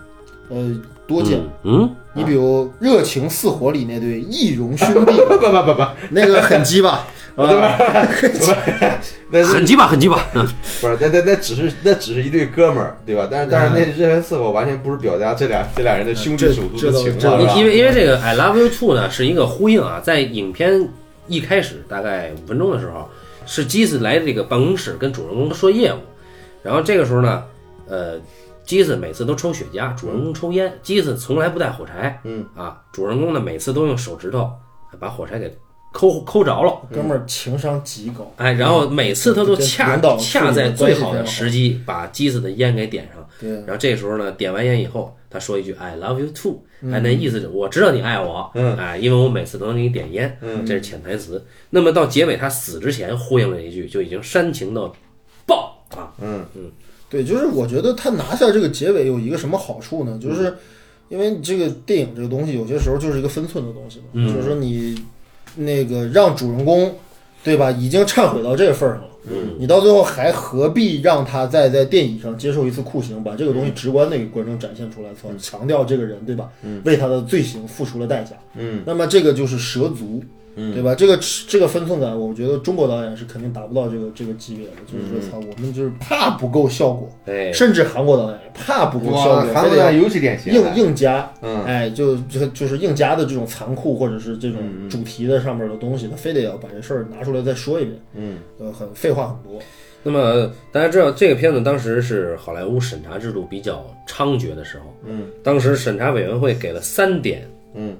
Speaker 2: 呃，多见。
Speaker 1: 嗯，
Speaker 2: 你比如《热情似火》里那对义戎兄
Speaker 1: (laughs)
Speaker 2: 弟，
Speaker 3: 不不不不，
Speaker 2: 那个很鸡巴，啊，(laughs)
Speaker 3: 那是
Speaker 1: 很鸡巴，很鸡巴。嗯
Speaker 3: 不是，那那那只是那只是一对哥们儿，对吧？但是但是那热情似火完全不是表达这俩这俩人的兄弟
Speaker 2: 嗯这
Speaker 3: 手足
Speaker 2: 这
Speaker 3: 的
Speaker 2: 倒
Speaker 3: 情
Speaker 2: 这
Speaker 3: 况，
Speaker 2: 倒
Speaker 3: 是吧
Speaker 1: 因因为因为这个 I love you too 呢是一个呼应啊，在影片一开始大概五分钟的时候，是基斯来这个办公室跟主人公说业务，然后这个时候呢，呃，基斯每次都抽雪茄，主人公抽烟，基斯从来不带火柴，
Speaker 3: 嗯
Speaker 1: 啊，主人公呢每次都用手指头把火柴给抠抠着了。
Speaker 2: 哥们儿情商极高。
Speaker 1: 哎，然后每次他都恰
Speaker 2: 领嗯导
Speaker 1: 恰
Speaker 2: 处理
Speaker 1: 在
Speaker 2: 的
Speaker 1: 最
Speaker 2: 关系
Speaker 1: 好
Speaker 2: 非
Speaker 1: 的
Speaker 2: 常好
Speaker 1: 时机把基斯的烟给点上，
Speaker 2: 对，
Speaker 1: 然后这时候呢，点完烟以后，他说一句 “I love you too”，哎，那意思是我知道你爱我，
Speaker 3: 嗯
Speaker 1: 哎，因为我每次都能给你点烟，嗯，这是潜台词。那么到结尾他死之前呼应了一句，就已经煽情到爆啊，
Speaker 3: 嗯
Speaker 2: 对，就是我觉得他拿下这个结尾有一个什么好处呢？就是因为你这个电影这个东西，有些时候就是一个分寸的东西嘛，就是说你那个让主人公，对吧，已经忏悔到这份儿上了。你到最后还何必让他再在电影上接受一次酷刑，把这个东西直观的给观众展现出来，从强调这个人对吧？为他的罪行付出了代价。
Speaker 3: 嗯，
Speaker 2: 那么这个就是蛇足，对吧？这个这个分寸感，我觉得中国导演是肯定达不到这个这个级别的。就是
Speaker 3: 嗯
Speaker 2: 说，操，我们就是怕不够效果，
Speaker 1: 哎，
Speaker 2: 甚至韩国导演也怕不够效
Speaker 3: 哇，
Speaker 2: 果，
Speaker 3: 韩
Speaker 2: 非
Speaker 3: 国
Speaker 2: 得
Speaker 3: 人尤其典型，
Speaker 2: 硬硬加，
Speaker 3: 嗯
Speaker 2: 哎，就就就是硬加的这种残酷或者是这
Speaker 3: 嗯
Speaker 2: 种主题的上面的东西，他非得要把这事儿拿出来再说一遍，
Speaker 3: 嗯，
Speaker 2: 呃，很废话很多，
Speaker 1: 那么大家知道，这个片子当时是好莱坞审查制度比较猖獗的时候，
Speaker 3: 嗯，
Speaker 1: 当时审查委员会给了三点，
Speaker 3: 嗯，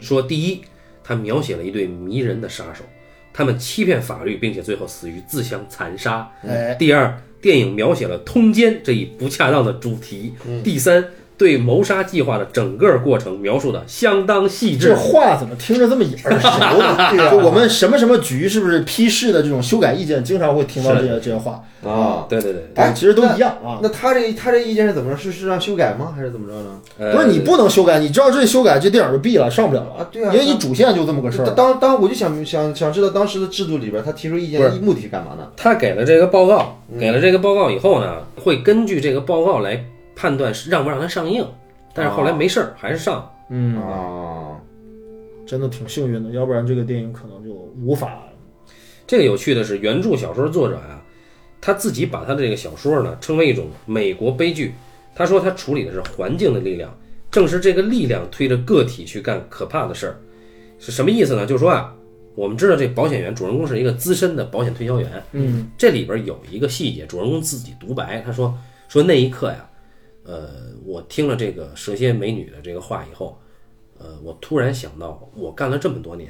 Speaker 1: 说第一，他描写了一对迷人的杀手，他们欺骗法律，并且最后死于自相残杀。
Speaker 3: 嗯
Speaker 2: 哎，
Speaker 1: 第二，电影描写了通奸这一不恰当的主题。
Speaker 2: 嗯
Speaker 1: 第三，对谋杀计划的整个过程描述的相当细致
Speaker 2: 这。话怎么听着这么耳熟
Speaker 3: (laughs)
Speaker 2: 呢？(laughs)
Speaker 3: 啊
Speaker 2: 就我们什么什么局是不是批示的这种修改意见，经常会听到这些这些话，
Speaker 3: 啊。
Speaker 1: 对对对，
Speaker 3: 哎
Speaker 2: 对，其实都一样啊。
Speaker 3: 那他这他这意见是怎么着？是是让修改吗？还是怎么着呢？
Speaker 1: 呃
Speaker 2: 不是你不能修改，你知道这修改这电影就毙了，上不了了
Speaker 3: 啊对啊
Speaker 2: 因为你主线就这么个事
Speaker 3: 当
Speaker 2: 儿。
Speaker 3: 当当，我就想想想知道当时的制度里边，他提出意见
Speaker 1: 不
Speaker 3: 的
Speaker 1: 是
Speaker 3: 目的是干嘛呢？
Speaker 1: 他给了这个报告，
Speaker 2: 嗯
Speaker 1: 给了这个报告以后呢，会根据这个报告来判断是让不让它上映。但是后
Speaker 2: 哦
Speaker 1: 来没事儿，还是上了。
Speaker 2: 嗯，
Speaker 3: 啊，
Speaker 2: 真的挺幸运的，要不然这个电影可能就无法
Speaker 1: 这个有趣的是，原著小说作者啊，他自己把他的这个小说呢称为一种美国悲剧。他说他处理的是环境的力量，正是这个力量推着个体去干可怕的事儿。是什么意思呢？就是说啊，我们知道这保险员主人公是一个资深的保险推销员，
Speaker 2: 嗯，
Speaker 1: 这里边有一个细节，主人公自己独白，他说说那一刻呀，呃，我听了这个蛇蝎美女的这个话以后，呃，我突然想到，我干了这么多年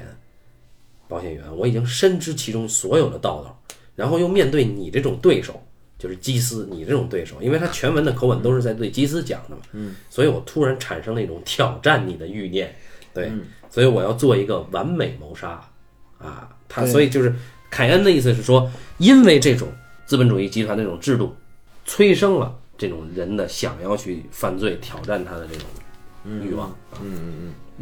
Speaker 1: 保险员，我已经深知其中所有的道道，然后又面对你这种对手，就是基斯，你这种对手，因为他全文的口吻都是在对基斯讲的嘛，嗯，所以我突然产生了一种挑战你的欲念，对，所以我要做一个完美谋杀，啊，他所以就是凯恩的意思是说，因为这种资本主义集团的这种制度，催生了这种人的想要去犯罪、挑战他的这种欲望。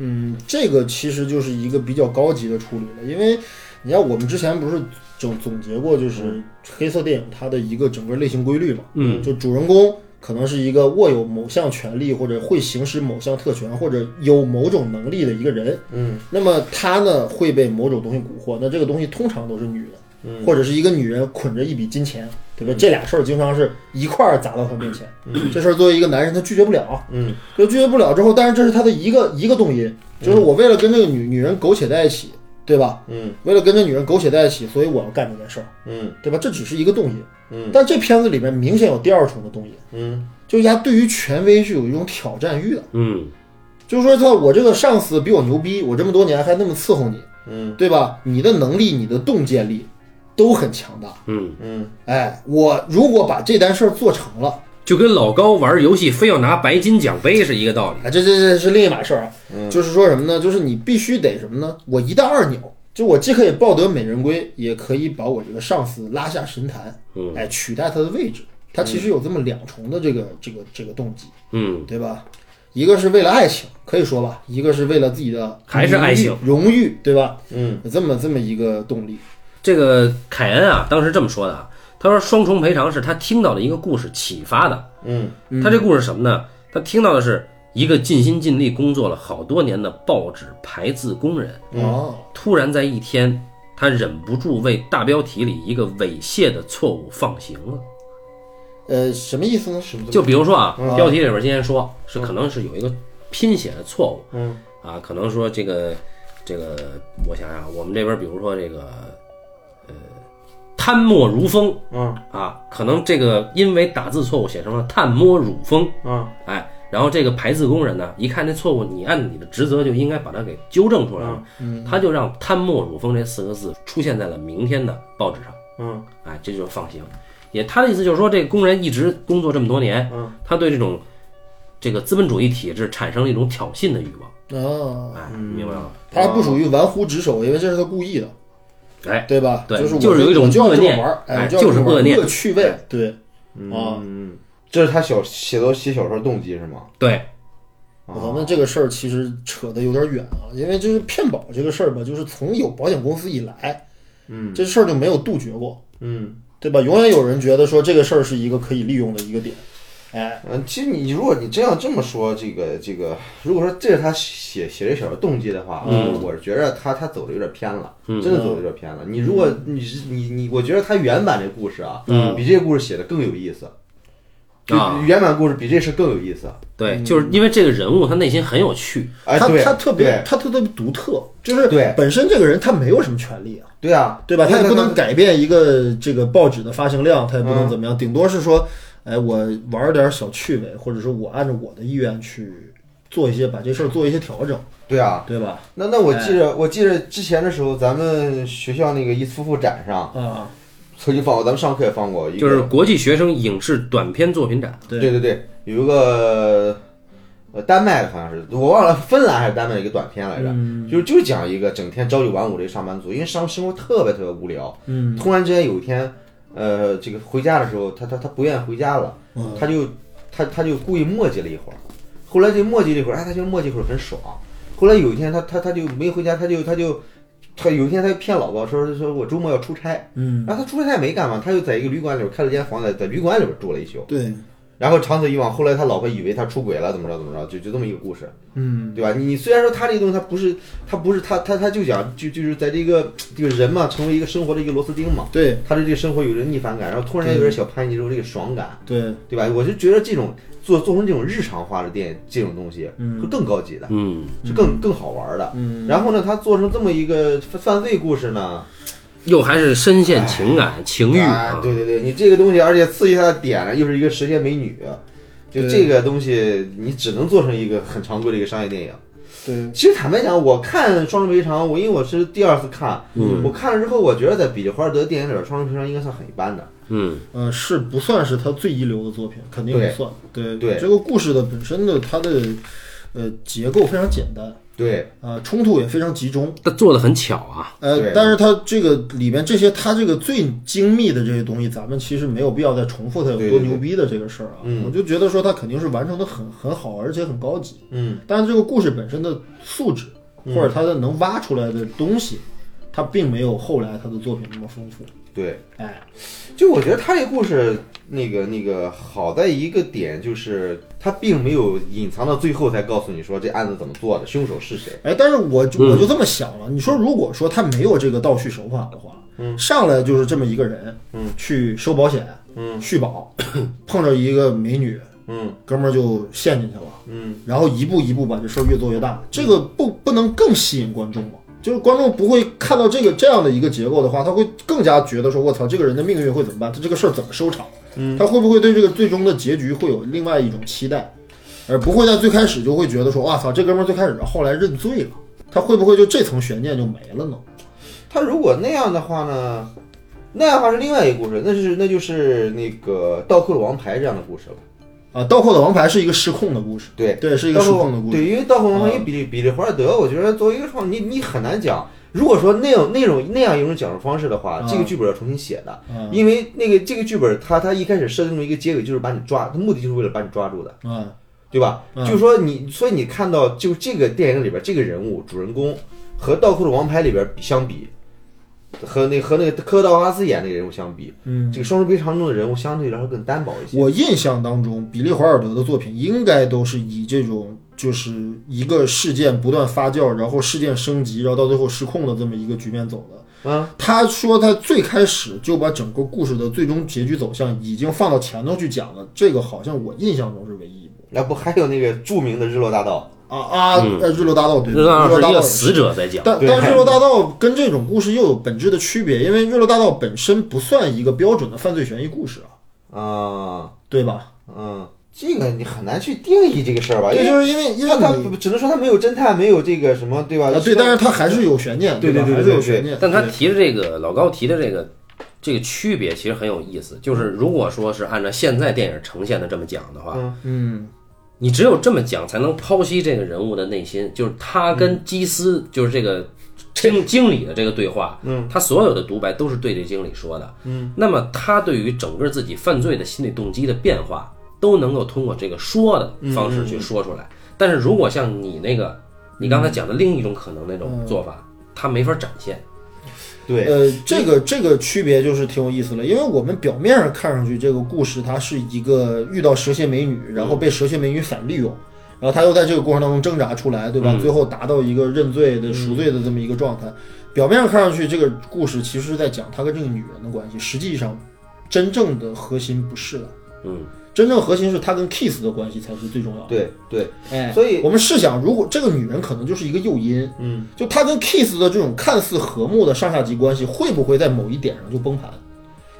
Speaker 2: 嗯，这个其实就是一个比较高级的处理了，因为你看我们之前不是总总结过，就是黑色电影它的一个整个类型规律嘛，
Speaker 1: 嗯，
Speaker 2: 就主人公可能是一个握有某项权利或者会行使某项特权或者有某种能力的一个人，
Speaker 3: 嗯，
Speaker 2: 那么他呢会被某种东西蛊惑，那这个东西通常都是女人。
Speaker 3: 嗯
Speaker 2: 或者是一个女人捆着一笔金钱，对吧？这俩事儿经常是一块儿砸到他面前。这事儿作为一个男人，他拒绝不了。
Speaker 3: 嗯，
Speaker 2: 就拒绝不了之后，但是这是他的一个一个动因，就是我为了跟这个女女人苟且在一起，对吧？
Speaker 3: 嗯
Speaker 2: 为了跟这女人苟且在一起，所以我要干这件事儿，
Speaker 3: 嗯
Speaker 2: 对吧？这只是一个动因。
Speaker 3: 嗯，
Speaker 2: 但这片子里面明显有第二重的动因，
Speaker 3: 嗯
Speaker 2: 就是他对于权威是有一种挑战欲的，
Speaker 1: 嗯
Speaker 2: 就是说他我这个上司比我牛逼，我这么多年还那么伺候你，
Speaker 3: 嗯
Speaker 2: 对吧？你的能力、你的洞见力都很强大。
Speaker 1: 嗯，
Speaker 3: 嗯
Speaker 2: 哎，我如果把这单事儿做成了，
Speaker 1: 就跟老高玩游戏非要拿白金奖杯是一个道理。
Speaker 2: 哎，这这这是另一码事儿啊。
Speaker 3: 嗯
Speaker 2: 就是说什么呢？就是你必须得什么呢？我一弹二鸟，就我既可以抱得美人归，也可以把我这个上司拉下神坛，
Speaker 1: 嗯
Speaker 2: 哎，取代他的位置。他其实有这么两重的这个这个这个动机，
Speaker 1: 嗯
Speaker 2: 对吧？一个是为了爱情，可以说吧；一个是为了自己的
Speaker 1: 还是爱情
Speaker 2: 荣誉、荣誉，对吧？
Speaker 3: 嗯
Speaker 2: 有这么这么一个动力。
Speaker 1: 这个凯恩啊，当时这么说的啊，他说双重赔偿是他听到的一个故事启发的。
Speaker 3: 嗯
Speaker 1: 他这故事是什么呢？他听到的是一个尽心尽力工作了好多年的报纸排字工人，
Speaker 2: 哦，
Speaker 1: 突然在一天，他忍不住为大标题里一个猥亵的错误放行了。
Speaker 2: 呃，什么意思呢？什么
Speaker 1: 就比如说啊，标题里边今天说是可能是有一个拼写的错误，嗯，啊，可能说这个这个，我想想啊，我们这边比如说这个，呃，贪墨如风
Speaker 3: 嗯
Speaker 1: 啊，可能这个因为打字错误写成了探摸乳风，
Speaker 3: 嗯
Speaker 1: 哎，然后这个排字工人呢，一看这错误，你按你的职责就应该把它给纠正出来了，他就让贪墨乳风这四个字出现在了明天的报纸上。
Speaker 3: 嗯
Speaker 1: 哎，这就是放行。也他的意思就是说，这个工人一直工作这么多年，
Speaker 3: 嗯
Speaker 1: 他对这种这个资本主义体制产生了一种挑衅的欲望。
Speaker 2: 哦，
Speaker 1: 哎，明白了吧？
Speaker 2: 他还不属于玩忽职守，因为这是他故意的。
Speaker 1: 哎，
Speaker 2: 对吧？
Speaker 1: 对
Speaker 2: 就是
Speaker 1: 就是
Speaker 2: 我
Speaker 1: 有一种
Speaker 2: 我就要
Speaker 1: 恶
Speaker 2: 这么
Speaker 1: 念
Speaker 2: 玩儿，
Speaker 1: 哎
Speaker 2: 哎，我要这么
Speaker 1: 就是
Speaker 2: 玩儿
Speaker 1: 恶念哎
Speaker 2: 恶趣味，对，啊，
Speaker 3: 嗯，这是他小写作写小说动机是吗？啊
Speaker 1: 对，
Speaker 2: 我操，那这个事儿其实扯得有点远啊，因为就是骗保这个事儿吧，就是从有保险公司以来，嗯，这事儿就没有杜绝过，
Speaker 3: 嗯
Speaker 2: 对吧？永远有人觉得说这个事儿是一个可以利用的一个点，哎，
Speaker 3: 嗯，其实你如果你真要这么说，这个这个，如果说这是他写写这小说动机的话，
Speaker 1: 嗯
Speaker 3: 我是觉得他他走的有点偏了，
Speaker 1: 嗯
Speaker 3: 真的走的有点偏了。你如果
Speaker 2: 嗯
Speaker 3: 你是你你，我觉得他原版这故事啊，
Speaker 1: 嗯
Speaker 3: 比这故事写的更有意
Speaker 2: 啊
Speaker 3: 思。比
Speaker 1: 啊
Speaker 3: 原版故事比这事更有意思。
Speaker 1: 对，就是因为这个人物他内心很有趣。
Speaker 3: 哎，
Speaker 2: 他
Speaker 3: 对，
Speaker 2: 他特
Speaker 3: 对
Speaker 2: 别他特别独特，就是
Speaker 3: 对
Speaker 2: 本身这个人他没有什么权利啊，
Speaker 3: 对啊，
Speaker 2: 对吧？
Speaker 3: 因
Speaker 2: 他
Speaker 3: 为
Speaker 2: 也
Speaker 3: 他
Speaker 2: 不能改变一个这个报纸的发行量，他也不能
Speaker 3: 嗯
Speaker 2: 怎么样，顶多是说，哎，我玩儿点儿小趣味，或者说我按照我的意愿去做一些把这事儿做一些调整，
Speaker 3: 对啊，
Speaker 2: 对吧？
Speaker 3: 那那我记
Speaker 2: 哎
Speaker 3: 着，我记着之前的时候，咱们学校那个一夫妇展上
Speaker 2: 啊，
Speaker 3: 曾经放过，咱们上课也放过一个，
Speaker 1: 就是国际学生影视短片作品展，
Speaker 2: 对
Speaker 3: 对对对，有一个呃丹麦的好像是，我忘了芬兰还是丹麦的一个短片来着，
Speaker 2: 嗯
Speaker 3: 就是就是讲一个整天朝九晚五的一个上班族，因为上生活特别特别无聊，
Speaker 2: 嗯，
Speaker 3: 突然之间有一天，呃，这个回家的时候，他他他不愿意回家了，
Speaker 2: 嗯
Speaker 3: 他就他他就故意磨叽了一会儿，后来就磨叽了一会儿，哎，他觉得磨叽一会儿很爽，后来有一天他他他就没回家，他就他就他有一天他就骗老婆说说我周末要出差，
Speaker 2: 嗯，
Speaker 3: 然后他出差他也没干嘛，他就在一个旅馆里边开了间房子，在旅馆里边住了一宿。
Speaker 2: 对，
Speaker 3: 然后长此以往，后来他老婆以为他出轨了，怎么着怎么着，就就这么一个故事，
Speaker 2: 嗯，
Speaker 3: 对吧？你你虽然说他这个东西，他不是他不是他他他就讲就就是在这个这个人嘛，成为一个生活的一个螺丝钉嘛，
Speaker 2: 对
Speaker 3: 他对这个生活有着逆反感，然后突然有点小叛逆之后，这个爽感，
Speaker 2: 对，
Speaker 3: 对吧？我就觉得这种做做成这种日常化的电影，这种东西是更高级的，
Speaker 1: 嗯，
Speaker 3: 是更更好玩的。然后呢，他做成这么一个犯犯罪故事呢，
Speaker 1: 又还是深陷情感情欲
Speaker 3: 啊
Speaker 1: 啊，，
Speaker 3: 对对对，你这个东西，而且刺激他的点呢，又是一个蛇蝎美女，就
Speaker 2: 对
Speaker 3: 这个东西，你只能做成一个很常规的一个商业电影。
Speaker 2: 对，
Speaker 3: 其实坦白讲，我看《双城赔偿》，我因为我是第二次看，
Speaker 1: 嗯
Speaker 3: 我看了之后，我觉得在比利华尔德电影里边，《双城赔偿》应该算很一般的。
Speaker 1: 嗯
Speaker 2: 呃，是不算是他最一流的作品，肯定
Speaker 3: 对
Speaker 2: 不算。对
Speaker 3: 对
Speaker 2: 这个故事的本身的它的呃结构非常简单，
Speaker 3: 对，
Speaker 2: 啊，冲突也非常集中。
Speaker 1: 他做的很巧啊，
Speaker 2: 呃
Speaker 3: 对，
Speaker 2: 但是它这个里边这些，它这个最精密的这些东西，咱们其实没有必要再重复它有
Speaker 3: 对
Speaker 2: 多
Speaker 3: 对
Speaker 2: 牛逼的这个事儿啊。
Speaker 3: 嗯
Speaker 2: 我就觉得说它肯定是完成的很很好，而且很高级。
Speaker 3: 嗯，
Speaker 2: 但是这个故事本身的素质，或者它的能挖出来的东西，它并没有后来他的作品那么丰富。
Speaker 3: 对，
Speaker 2: 哎，
Speaker 3: 就我觉得他这故事那个那个好在一个点就是，他并没有隐藏到最后才告诉你说这案子怎么做的，凶手是谁。
Speaker 2: 哎，但是我就我就这么想了，你说如果说他没有这个倒叙手法的话，嗯，上来就是这么一个人，嗯，去收保险，嗯，续 (laughs) 保，碰着一个美女，
Speaker 3: 嗯
Speaker 2: 哥们儿就陷进去了，
Speaker 3: 嗯，
Speaker 2: 然后一步一步把这事儿越做越大，这个不不能更吸引观众吗？就是观众不会看到这个这样的一个结构的话，他会更加觉得说，我操，这个人的命运会怎么办？他这个事儿怎么收场？嗯，他会不会对这个最终的结局会有另外一种期待，而不会在最开始就会觉得说，哇操，这哥们儿最开始后来认罪了，他会不会就这层悬念就没了呢？
Speaker 3: 他如果那样的话呢，那样的话是另外一个故事，那是那就是那个《倒扣的王牌》这样的故事了。
Speaker 2: 啊，《倒扣的王牌》是一个失控的故事，
Speaker 3: 对，
Speaker 2: 对，是一个
Speaker 3: 倒
Speaker 2: 失
Speaker 3: 扣
Speaker 2: 控的故事，嗯
Speaker 3: 对，因为《倒扣王牌》因为比利比利华尔德，我觉得作为一个创，你你很难讲。如果说那种那种那样一种讲述方式的话，
Speaker 2: 啊
Speaker 3: 这个剧本要重新写的，
Speaker 2: 啊
Speaker 3: 因为那个这个剧本它它一开始设定了一个结尾，就是把你抓，它目的就是为了把你抓住的。
Speaker 2: 啊，
Speaker 3: 对吧？
Speaker 2: 嗯
Speaker 3: 就是说你，所以你看到就这个电影里边这个人物主人公和《倒扣的王牌》里边比相比，和那和那个科道哈斯演那个人物相比，
Speaker 2: 嗯，
Speaker 3: 这个《双城悲长》中的人物相对来说更单薄一些。
Speaker 2: 我印象当中，比利华尔德的作品应该都是以这种就是一个事件不断发酵，然后事件升级，然后到最后失控的这么一个局面走的。
Speaker 3: 啊，
Speaker 2: 他说他最开始就把整个故事的最终结局走向已经放到前头去讲了，这个好像我印象中是唯一一部
Speaker 3: 啊那不 (laughs) 还有那个著名的日落大道？
Speaker 2: 啊啊！呃，日落大道对，
Speaker 1: 这
Speaker 2: 日
Speaker 1: 当然
Speaker 2: 落
Speaker 1: 是
Speaker 2: 大
Speaker 1: 一
Speaker 2: 道
Speaker 1: 个死者在讲，
Speaker 2: 但
Speaker 3: 对
Speaker 2: 但日落大道跟这种故事又有本质的区别，因为日落大道本身不算一个标准的犯罪悬疑故事啊，
Speaker 3: 啊，
Speaker 2: 对吧？
Speaker 3: 嗯，这个你很难去定义这个事儿吧？因
Speaker 2: 这就
Speaker 3: 为
Speaker 2: 是因为因为
Speaker 3: 他他
Speaker 2: 你
Speaker 3: 只能说他没有侦探，没有这个什么，对吧？
Speaker 2: 啊，对，但是它还是有悬念，
Speaker 3: 对
Speaker 2: 吧？
Speaker 3: 对对
Speaker 2: 还是
Speaker 3: 对
Speaker 2: 有
Speaker 3: 对
Speaker 2: 悬念。
Speaker 1: 但他
Speaker 2: 对
Speaker 1: 提的这个老高提的这个这个区别其实很有意思，就是如果说是按照现在电影呈现的这么讲的话，
Speaker 3: 嗯
Speaker 2: 嗯
Speaker 1: 你只有这么讲，才能剖析这个人物的内心，就是他跟基斯，就是这个经经理的这个对话，嗯，他所有的独白都是对这经理说的，嗯，那么他对于整个自己犯罪的心理动机的变化，都能够通过这个说的方式去说出来。但是如果像你那个，你刚才讲的另一种可能那种做法，他没法展现，
Speaker 3: 对，
Speaker 2: 呃，这个这个区别就是挺有意思的，因为我们表面上看上去这个故事它是一个遇到蛇蝎美女，然后被蛇蝎美女反利用，然后他又在这个过程当中挣扎出来，对吧？
Speaker 3: 嗯
Speaker 2: 最后达到一个认罪的赎罪的这么一个状态。表面上看上去这个故事其实是在讲他跟这个女人的关系，实际上真正的核心不是的，
Speaker 1: 嗯，
Speaker 2: 真正核心是他跟 Kiss 的关系才是最重要的。
Speaker 3: 对对，
Speaker 2: 哎，
Speaker 3: 所以
Speaker 2: 我们试想，如果这个女人可能就是一个诱因，
Speaker 3: 嗯，
Speaker 2: 就她跟 Kiss 的这种看似和睦的上下级关系，会不会在某一点上就崩盘？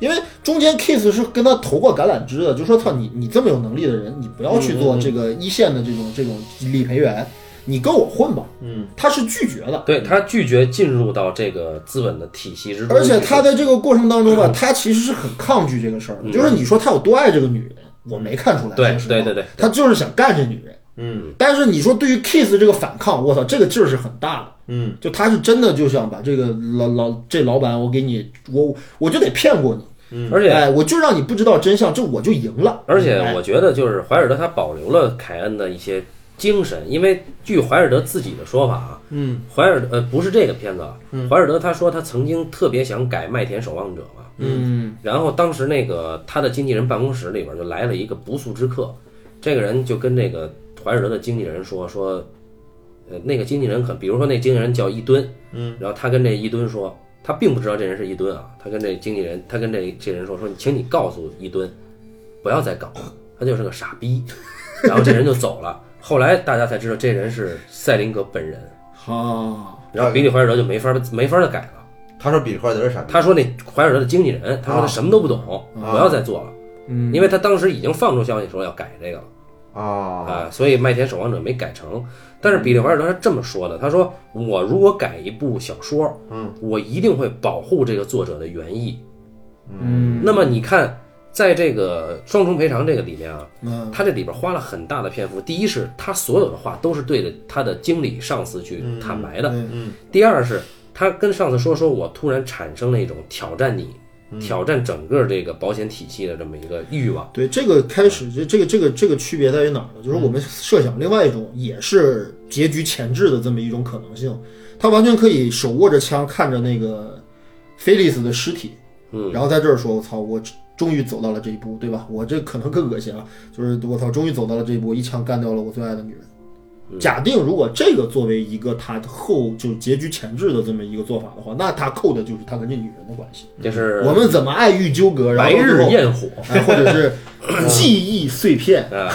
Speaker 2: 因为中间 Kiss 是跟他投过橄榄枝的，就说操你你这么有能力的人，你不要去
Speaker 3: 嗯
Speaker 2: 做这个一线的这种这种理赔员，你跟我混吧。
Speaker 3: 嗯，
Speaker 2: 他是拒绝的，
Speaker 1: 对他拒绝进入到这个资本的体系之中，
Speaker 2: 而且他在这个过程当
Speaker 1: (laughs)
Speaker 2: 中吧，他其实是很抗拒这个事儿的。就是你说他有多爱这个女人，我没看出来。
Speaker 1: 嗯对
Speaker 2: 说实话
Speaker 1: 对对对对
Speaker 2: 他就是想干这女人。
Speaker 3: 嗯
Speaker 2: 但是你说对于 Kiss 这个反抗，我操，这个劲儿是很大的。
Speaker 3: 嗯，
Speaker 2: 就他是真的就想把这个老老这老板，我给你，我我就得骗过你，
Speaker 1: 而且
Speaker 2: 哎，我就让你不知道真相，这我就赢了。
Speaker 1: 啊而且
Speaker 2: 哎
Speaker 1: 我觉得，就是怀尔德他保留了凯恩的一些精神，因为据怀尔德自己的说法啊，
Speaker 2: 嗯，
Speaker 1: 怀尔呃不是这个片子啊，怀尔德他说他曾经特别想改《麦田守望者》嘛，
Speaker 2: 嗯，
Speaker 1: 然后当时那个他的经纪人办公室里边就来了一个不速之客，这个人就跟那个怀尔德的经纪人说说，呃，那个经纪人可比如说那经纪人叫一吨，嗯，然后他跟这一吨说，他并不知道这人是一吨啊，他跟这经纪人，他跟这这人说说，请你告诉一吨，不要再搞了，他就是个傻逼， (laughs) 然后这人就走了。后来大家才知道这人是塞林格本人，
Speaker 2: 好，
Speaker 1: 然后比利怀尔德就没法没法的改了。
Speaker 3: 啊他说比利怀尔德是傻逼，
Speaker 1: 他说那怀尔德的经纪人，他说他什么都不
Speaker 3: 啊
Speaker 1: 懂，不要再做了，
Speaker 2: 嗯，
Speaker 1: 因为他当时已经放出消息说要改这个了
Speaker 3: 啊，
Speaker 1: 啊，所以《麦田守望者》没改成。但是比利怀尔德是这么说的，他说我如果改一部小说，
Speaker 3: 嗯，
Speaker 1: 我一定会保护这个作者的原意。
Speaker 2: 嗯，
Speaker 1: 那么你看，在这个双重赔偿这个里面啊，
Speaker 2: 嗯
Speaker 1: 他这里边花了很大的篇幅。第一是他所有的话都是对着他的经理、上司去坦白的；
Speaker 2: 嗯
Speaker 1: 第二是他跟上司说：“说我突然产生了一种挑战你、
Speaker 2: 嗯
Speaker 1: 挑战整个这个保险体系的这么一个欲望。
Speaker 2: 对，这个开始这这个这个这个区别在于哪儿呢？就是我
Speaker 1: 嗯
Speaker 2: 们设想另外一种也是结局前置的这么一种可能性，他完全可以手握着枪看着那个菲利斯的尸体，
Speaker 1: 嗯，
Speaker 2: 然后在这儿说，我操，我终于走到了这一步，对吧？我这可能更恶心啊，就是我操，终于走到了这一步，一枪干掉了我最爱的女人。
Speaker 1: 嗯
Speaker 2: 假定如果这个作为一个他后就是结局前置的这么一个做法的话，那他扣的就是他跟这女人的关系。
Speaker 1: 这是
Speaker 2: 嗯我们怎么爱欲纠葛，然后
Speaker 1: 白
Speaker 2: 最
Speaker 1: 日
Speaker 2: 后
Speaker 1: 焰火。
Speaker 2: 哎，或者是
Speaker 1: (laughs)
Speaker 2: 记忆碎片，
Speaker 1: 啊，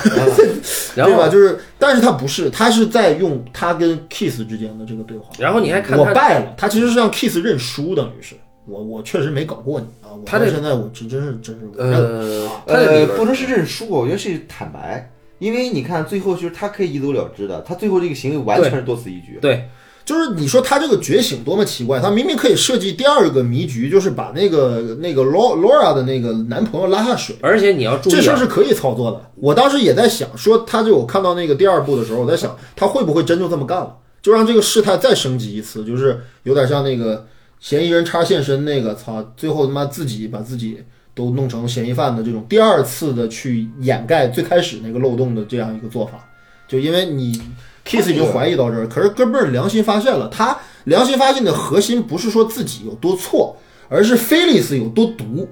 Speaker 1: 然
Speaker 2: 对吧？
Speaker 1: 后
Speaker 2: 就是，但是他不是，他是在用他跟 Kiss 之间的这个对话。
Speaker 1: 然后你还看
Speaker 2: 我
Speaker 1: 他
Speaker 2: 败了，他其实是让 Kiss 认输，等于是我我确实没搞过你啊，我
Speaker 1: 他
Speaker 2: 到
Speaker 1: 这
Speaker 2: 现在我真真是真是我认了
Speaker 1: 呃，他这
Speaker 3: 呃
Speaker 1: 里，边
Speaker 3: 不能是认输，我觉得是坦白，因为你看最后就是他可以一走了之的，他最后这个行为完全是多此一举。
Speaker 1: 对，
Speaker 2: 就是你说他这个觉醒多么奇怪，他明明可以设计第二个谜局，就是把那个那个 Lo- Laura 的那个男朋友拉下水。
Speaker 1: 而且你要注
Speaker 2: 这
Speaker 1: 意
Speaker 2: 事儿
Speaker 1: 啊，
Speaker 2: 是可以操作的。我当时也在想，说他就我看到那个第二部的时候，我在想他会不会真就这么干了，就让这个事态再升级一次，就是有点像那个嫌疑人插现身那个，操，最后他妈自己把自己都弄成嫌疑犯的这种第二次的去掩盖最开始那个漏洞的这样一个做法，就因为你 Kiss 已经怀疑到这儿，可是哥们儿良心发现了，他良心发现的核心不是说自己有多错，而是菲利斯有多毒。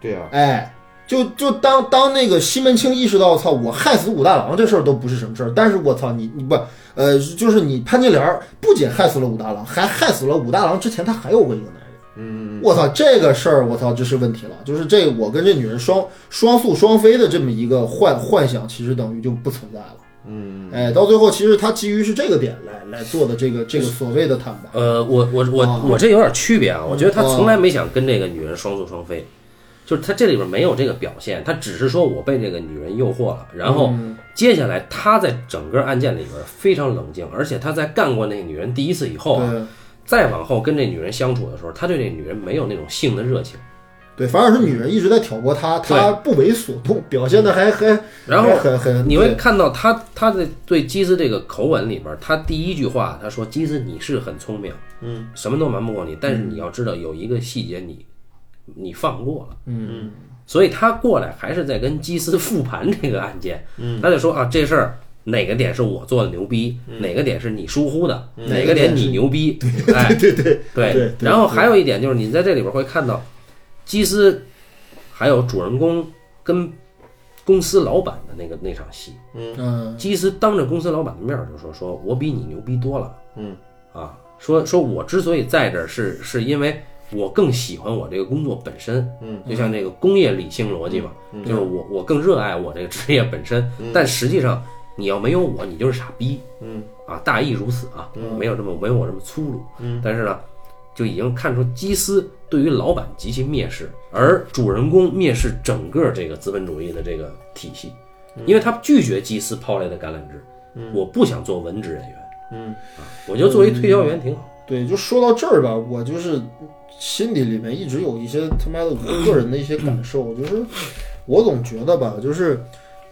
Speaker 3: 对啊，
Speaker 2: 哎，就就当当那个西门庆意识到，操，我害死武大郎这事儿都不是什么事儿，但是我操你你不呃，就是你潘金莲儿不仅害死了武大郎，还害死了武大郎之前他还有过一个男人。嗯，我操，这个事儿，我操，这是问题了。就是这，我跟这女人双双宿双飞的这么一个幻幻想，其实等于就不存在了。嗯，哎，到最后，其实他基于是这个点来来做的这个这个所谓的坦白。
Speaker 1: 呃，我我我我这有点区别啊，我觉得他从来没想跟这个女人双宿双飞，就是他这里边没有这个表现，他只是说我被这个女人诱惑了，然后接下来他在整个案件里边非常冷静，而且他在干过那个女人第一次以后啊，
Speaker 2: 对
Speaker 1: 再往后跟这女人相处的时候，他对这女人没有那种性的热情，
Speaker 2: 对，反而是女人一直在挑拨他，他不为所动，表现的还还
Speaker 1: 然后
Speaker 2: 还很很
Speaker 1: 你会
Speaker 2: 对
Speaker 1: 看到他他的对基斯这个口吻里边，他第一句话他说：“基斯，你是很聪明，嗯，什么都瞒不过你，但是你要知道有一个细节你，你放过了，嗯。”所以他过来还是在跟基斯复盘这个案件，嗯，他就说啊，这事儿哪个点是我做的牛逼，哪个点是你疏忽的，嗯哪个点你牛逼，哎，
Speaker 2: (laughs) 对对对
Speaker 1: 对
Speaker 2: 对，
Speaker 1: 然后还有一点就是，你在这里边会看到，基斯还有主人公跟公司老板的那个那场戏，
Speaker 2: 嗯
Speaker 1: 基斯当着公司老板的面儿就说：“说我比你牛逼多了。”
Speaker 3: 嗯，
Speaker 1: 啊，说说我之所以在这儿是是因为我更喜欢我这个工作本身。嗯，就像这个工业理性逻辑嘛，就是我我更热爱我这个职业本身。但实际上，你要没有我，你就是傻逼。嗯，啊，大意如此啊，没有这么没有我这么粗鲁。嗯，但是呢，就已经看出基斯对于老板极其蔑视，而主人公蔑视整个这个资本主义的这个体系，因为他拒绝基斯抛来的橄榄枝。
Speaker 2: 嗯
Speaker 1: 我不想做文职人员。嗯，我觉得作为推销员挺好。
Speaker 2: 对，就说到这儿吧，我就是心里里面一直有一些他妈的我个人的一些感受，就是我总觉得吧，就是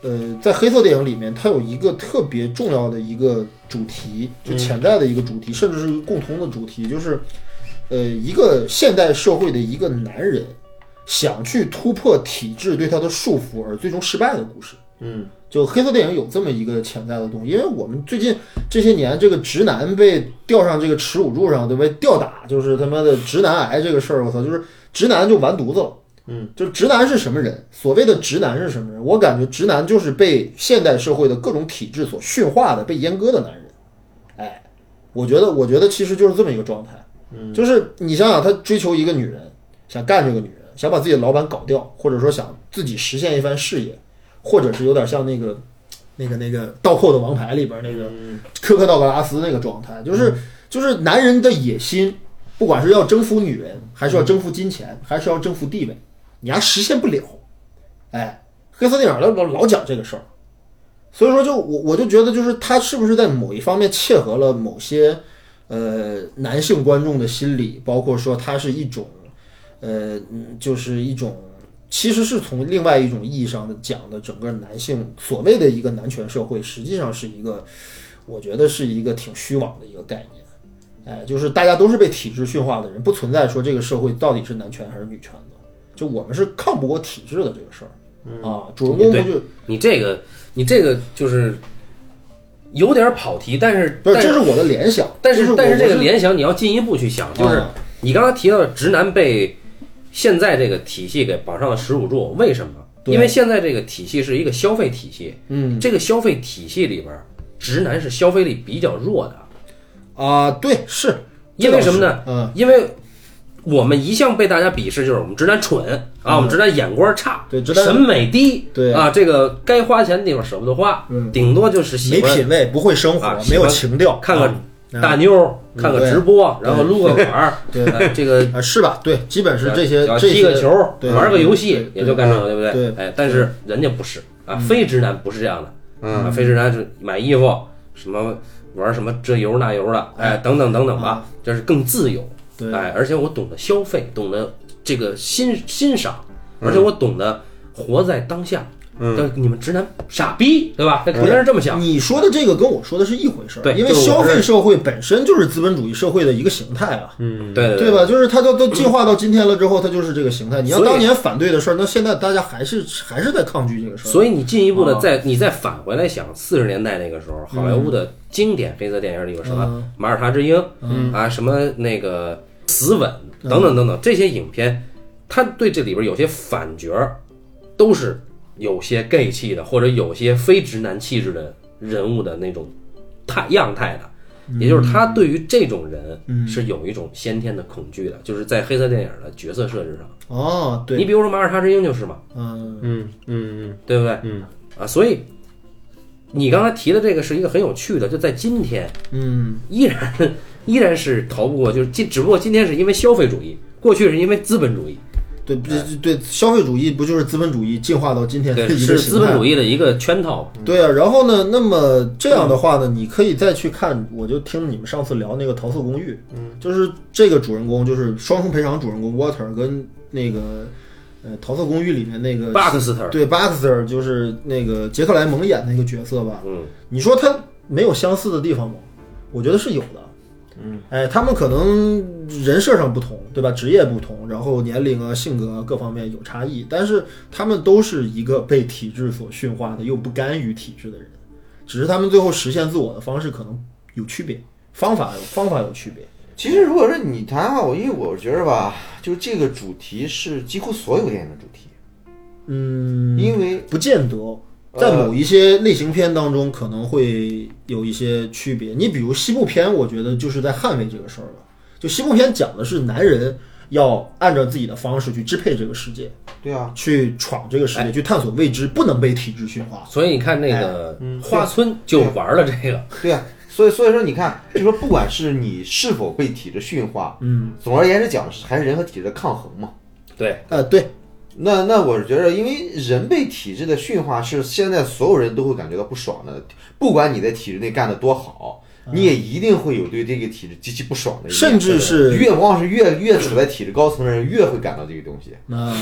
Speaker 2: 呃，在黑色电影里面，它有一个特别重要的一个主题，就
Speaker 1: 嗯
Speaker 2: 潜在的一个主题，甚至是一个共同的主题，就是呃，一个现代社会的一个男人想去突破体制对他的束缚而最终失败的故事。
Speaker 3: 嗯，
Speaker 2: 就黑色电影有这么一个潜在的东西，因为我们最近这些年，这个直男被吊上这个耻辱柱上，对被吊打，就是他妈的直男癌这个事儿，我操，就是直男就完犊子了。
Speaker 3: 嗯，
Speaker 2: 就直男是什么人？所谓的直男是什么人？我感觉直男就是被现代社会的各种体制所驯化的、被阉割的男人。哎，我觉得，我觉得其实就是这么一个状态。嗯，就是你想想，他追求一个女人，想干这个女人，想把自己的老板搞掉，或者说想自己实现一番事业，或者是有点像那个、那个、那个《倒扣的王牌》里边那个科克道格拉斯那个状态，就是就是男人的野心，不管是要征服女人，还是要征服金钱，还是要征服地位，你还实现不了。哎，黑色电影老老讲这个事儿，所以说就我我就觉得就是他是不是在某一方面切合了某些呃男性观众的心理，包括说它是一种呃嗯就是一种。其实是从另外一种意义上的讲的，整个男性所谓的一个男权社会，实际上是一个，我觉得是一个挺虚妄的一个概念。哎，就是大家都是被体制驯化的人，不存在说这个社会到底是男权还是女权的，就我们是抗不过体制的这个事儿啊。主人公不
Speaker 1: 对
Speaker 2: 就
Speaker 1: 你这个，你这个就是有点跑题，但是
Speaker 2: 不是，
Speaker 1: 但
Speaker 2: 这是我的联想，
Speaker 1: 但
Speaker 2: 是
Speaker 1: 是
Speaker 2: 我
Speaker 1: 但
Speaker 2: 我
Speaker 1: 这
Speaker 2: 是
Speaker 1: 个联想你要进一步去想，就是
Speaker 2: 啊
Speaker 1: 你刚刚提到的直男被现在这个体系给绑上了耻辱柱，为什么？
Speaker 2: 对
Speaker 1: 因为现在这个体系是一个消费体系，
Speaker 2: 嗯
Speaker 1: 这个消费体系里边儿，直男是消费力比较弱的，
Speaker 2: 啊，对，是
Speaker 1: 因为什么呢？
Speaker 2: 这倒是嗯，
Speaker 1: 因为我们一向被大家鄙视，就是我们直男蠢啊，我们直男眼光差，
Speaker 2: 嗯对直男
Speaker 1: 审美低，
Speaker 2: 对
Speaker 1: 啊，这个该花钱的地方舍不得花，
Speaker 2: 嗯
Speaker 1: 顶多就是喜
Speaker 2: 没
Speaker 1: 欢
Speaker 2: 品位，不会生活
Speaker 1: 啊，
Speaker 2: 没
Speaker 1: 喜
Speaker 2: 有
Speaker 1: 欢
Speaker 2: 情调，
Speaker 1: 看
Speaker 2: 啊
Speaker 1: 个大妞儿，看个直播，
Speaker 2: 嗯对
Speaker 1: 然后撸
Speaker 2: (laughs)
Speaker 1: 个管儿，
Speaker 2: 对
Speaker 1: 呃这个
Speaker 2: 啊，是吧？对，基本是这些
Speaker 1: 啊
Speaker 2: 这
Speaker 1: 踢
Speaker 2: 些
Speaker 1: 个球，
Speaker 2: 对
Speaker 1: 玩个游戏
Speaker 2: 对，
Speaker 1: 也就干这个，对不
Speaker 2: 对嗯
Speaker 1: 对？哎，但是人家不是啊，非直男不是这样的，啊，非直男是买衣服什么玩什么这油那油的，哎，等等等等吧，这是更自由，
Speaker 2: 嗯对
Speaker 1: 哎，而且我懂得消费，懂得这个欣欣赏，
Speaker 2: 嗯
Speaker 1: 而且我懂得活在当下。嗯，你们直男傻逼，对吧？那肯定是这么想。
Speaker 2: 嗯你说的这个跟我说的是一回事儿，
Speaker 1: 对
Speaker 2: 因为
Speaker 1: 就是
Speaker 2: 消
Speaker 1: 我
Speaker 2: 费
Speaker 1: 是
Speaker 2: 社会本身就是资本主义社会的一个形态啊，
Speaker 1: 嗯，对对
Speaker 2: 对吧？就是它都都进化到今天了之后，它就是这个形态。你要
Speaker 1: 所以
Speaker 2: 当年反对的事儿，那现在大家还是还是在抗拒这个事儿。
Speaker 1: 所以你进一步的再、你再返回来想，四十年代那个时候，好莱坞的经典黑色电影里有什么《马耳他之鹰》啊，什么那个《死吻》等等等等这些影片，他对这里边有些反角儿，都是有些 gay 气的，或者有些非直男气质的人物的那种态样态的。也就是他对于这种人是有一种先天的恐惧的，就是在黑色电影的角色设置上。
Speaker 2: 哦，
Speaker 1: 你
Speaker 2: 对，
Speaker 1: 比如说《马耳他之鹰》就是嘛，
Speaker 2: 嗯，
Speaker 3: 嗯嗯
Speaker 1: 对不对？嗯啊，所以你刚才提的这个是一个很有趣的，就在今天，
Speaker 2: 嗯，
Speaker 1: 依然 (laughs) 依然是逃不过，就是今只不过今天是因为消费主义，过去是因为资本主义，
Speaker 2: 对，不对，消费主义不就是资本主义进化到今天的
Speaker 1: 对，
Speaker 2: 一个
Speaker 1: 是
Speaker 2: 形
Speaker 1: 资
Speaker 2: 态
Speaker 1: 本
Speaker 2: 吗
Speaker 1: 主？义的一个圈套。
Speaker 2: 对啊，然后呢？那么这样的话呢，你可以再去看，我就听你们上次聊那个《桃色公寓》，嗯，就是这个主人公就是双重赔偿主人公 Water 跟那个呃《桃色公寓》里面那个
Speaker 1: 巴克斯特，
Speaker 2: 对 Baxter 就是那个杰克莱蒙演的一个角色吧？
Speaker 1: 嗯，
Speaker 2: 你说他没有相似的地方吗？我觉得是有的。嗯，哎，他们可能人设上不同，对吧？职业不同，然后年龄啊、性格啊各方面有差异，但是他们都是一个被体制所驯化的又不甘于体制的人，只是他们最后实现自我的方式可能有区别，方法有方法有区别。
Speaker 3: 嗯。其实如果说你谈话，我因为我觉得吧，就是这个主题是几乎所有电影的主题，
Speaker 2: 嗯，
Speaker 3: 因为
Speaker 2: 不见得，
Speaker 3: 呃
Speaker 2: 在某一些类型片当中可能会有一些区别。你比如西部片，我觉得就是在捍卫这个事儿了。就西部片讲的是男人要按照自己的方式去支配这个世界，
Speaker 3: 对啊，
Speaker 2: 去闯这个
Speaker 3: 哎
Speaker 2: 世界，去探索未知，不能被体制驯化。
Speaker 1: 所以你看那
Speaker 2: 哎
Speaker 1: 个
Speaker 2: 嗯
Speaker 1: 花村就玩了这个，
Speaker 3: 对啊，所以所以说你看，就说不管是你是否被体制驯化，
Speaker 2: 嗯，
Speaker 3: 总而言之讲的是还是人和体制的抗衡嘛。
Speaker 1: 对，
Speaker 2: 呃，对，
Speaker 3: 那那我觉得，因为人被体制的驯化是现在所有人都会感觉到不爽的，不管你在体制内干得多好，你也一定会有对这个体制极其不爽的一
Speaker 2: 嗯
Speaker 3: 面，
Speaker 2: 甚至是
Speaker 3: 越往往是越越处在体制高层的人越会感到这个东西，
Speaker 2: 那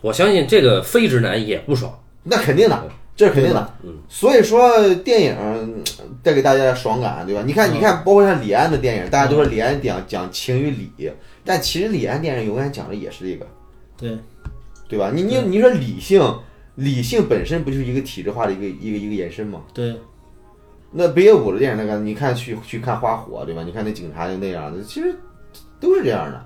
Speaker 1: 我相信这个非直男也不爽。
Speaker 3: 那肯定的，这是肯定的。所以说电影嗯带给大家的爽感，对吧？你
Speaker 2: 嗯
Speaker 3: 看，你看，包括像李安的电影，大家都说李安讲讲情与理，但其实李安电影永远讲的也是这个。
Speaker 2: 对，
Speaker 3: 对吧？你你你说理性，理性本身不就是一个体制化的一个一个一个延伸吗？
Speaker 2: 对，
Speaker 3: 那北野武的电影那个，你看去去看花火对吧？你看那警察就那样的，其实都是这样的。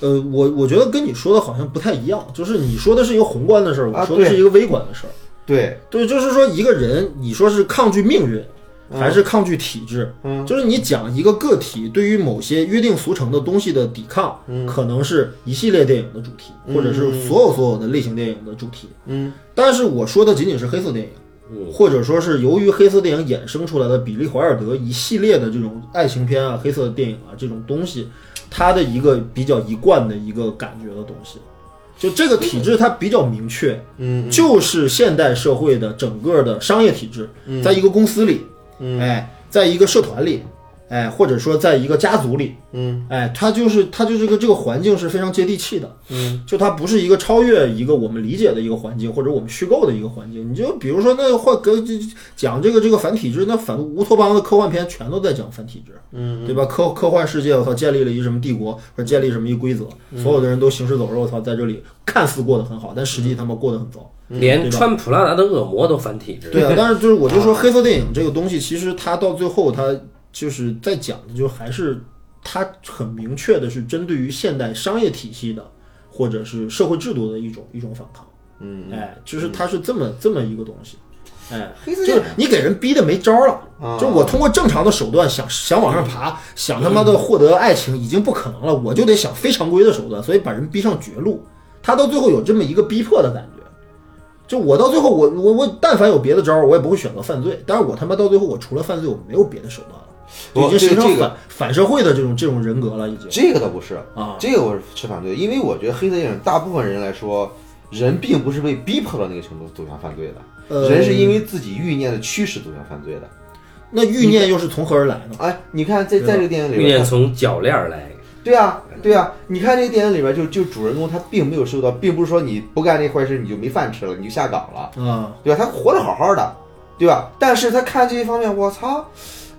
Speaker 2: 呃，我我觉得跟你说的好像不太一样，就是你说的是一个宏观的事儿，
Speaker 3: 啊
Speaker 2: 我说的
Speaker 3: 对
Speaker 2: 是一个微观的事儿。
Speaker 3: 对，
Speaker 2: 对，就是说一个人，你说是抗拒命运，还是抗拒体制？
Speaker 3: 嗯
Speaker 2: 就是你讲一个个体对于某些约定俗成的东西的抵抗，可能是一系列电影的主题，
Speaker 3: 嗯
Speaker 2: 或者是所有所有的类型电影的主题。
Speaker 3: 嗯
Speaker 2: 但是我说的仅仅是黑色电影，或者说是由于黑色电影衍生出来的比利怀尔德一系列的这种爱情片啊、黑色电影啊这种东西，它的一个比较一贯的一个感觉的东西。就这个体制，它比较明确，
Speaker 3: 嗯
Speaker 2: 就是现代社会的整个的商业体制，
Speaker 3: 嗯
Speaker 2: 在一个公司里，哎，在一个社团里，哎，或者说在一个家族里，
Speaker 3: 嗯
Speaker 2: 哎，它就是它就是个这个环境是非常接地气的，
Speaker 3: 嗯，
Speaker 2: 就它不是一个超越一个我们理解的一个环境或者我们虚构的一个环境。你就比如说那换跟讲这个这个反体制，那反乌托邦的科幻片全都在讲反体制，嗯，对吧？科科幻世界，我操，建立了一什么帝国或者建立什么一规则，
Speaker 3: 嗯
Speaker 2: 所有的人都行尸走肉，我操，在这里看似过得很好，但实
Speaker 3: 嗯
Speaker 2: 际他妈过得很糟。
Speaker 1: 连穿普拉达的恶魔都反体制。
Speaker 2: 嗯
Speaker 3: (laughs)
Speaker 2: 对啊，但是就是我就说黑色电影这个东西，其实它到最后它就是在讲的，就还是它很明确的是针对于现代商业体系的或者是社会制度的一种一种反抗。
Speaker 3: 嗯，
Speaker 2: 哎，就是它是这么这么一个东西。哎，
Speaker 3: 黑
Speaker 2: 就
Speaker 3: 色电
Speaker 2: 是
Speaker 3: 影
Speaker 2: 你给人逼的没招儿
Speaker 3: 啊
Speaker 2: 了，就我通过正常的手段想想往上爬，想他妈的获得爱情已经不可能了，我就得想非常规的手段，所以把人逼上绝路。他到最后有这么一个逼迫的感觉，就我到最后我我我但凡有别的招儿，我也不会选择犯罪，但是我他妈到最后我除了犯罪我没有别的手段了，就
Speaker 3: 我
Speaker 2: 已经形成
Speaker 3: 这
Speaker 2: 反、
Speaker 3: 个
Speaker 2: 反社会的这种这种人格了，已经。
Speaker 3: 这个倒不是
Speaker 2: 啊
Speaker 3: 这个我是持反对，因为我觉得黑色电影大部分人来说，人并不是被逼迫到那个程度走向犯罪的，
Speaker 2: 呃
Speaker 3: 人是因为自己欲念的驱使走向犯罪的。
Speaker 2: 那欲念又是从何而来呢？
Speaker 3: 哎，你看在
Speaker 2: 对
Speaker 3: 在这个电影里
Speaker 1: 欲
Speaker 3: 边
Speaker 1: 念，从脚链儿来，
Speaker 3: 对啊，对啊，你看这个电影里边就就主人公他并没有受到，并不是说你不干这坏事你就没饭吃了，你就下岗了，
Speaker 2: 啊，
Speaker 3: 对吧？他活得好好的，对吧？但是他看这一方面，我操！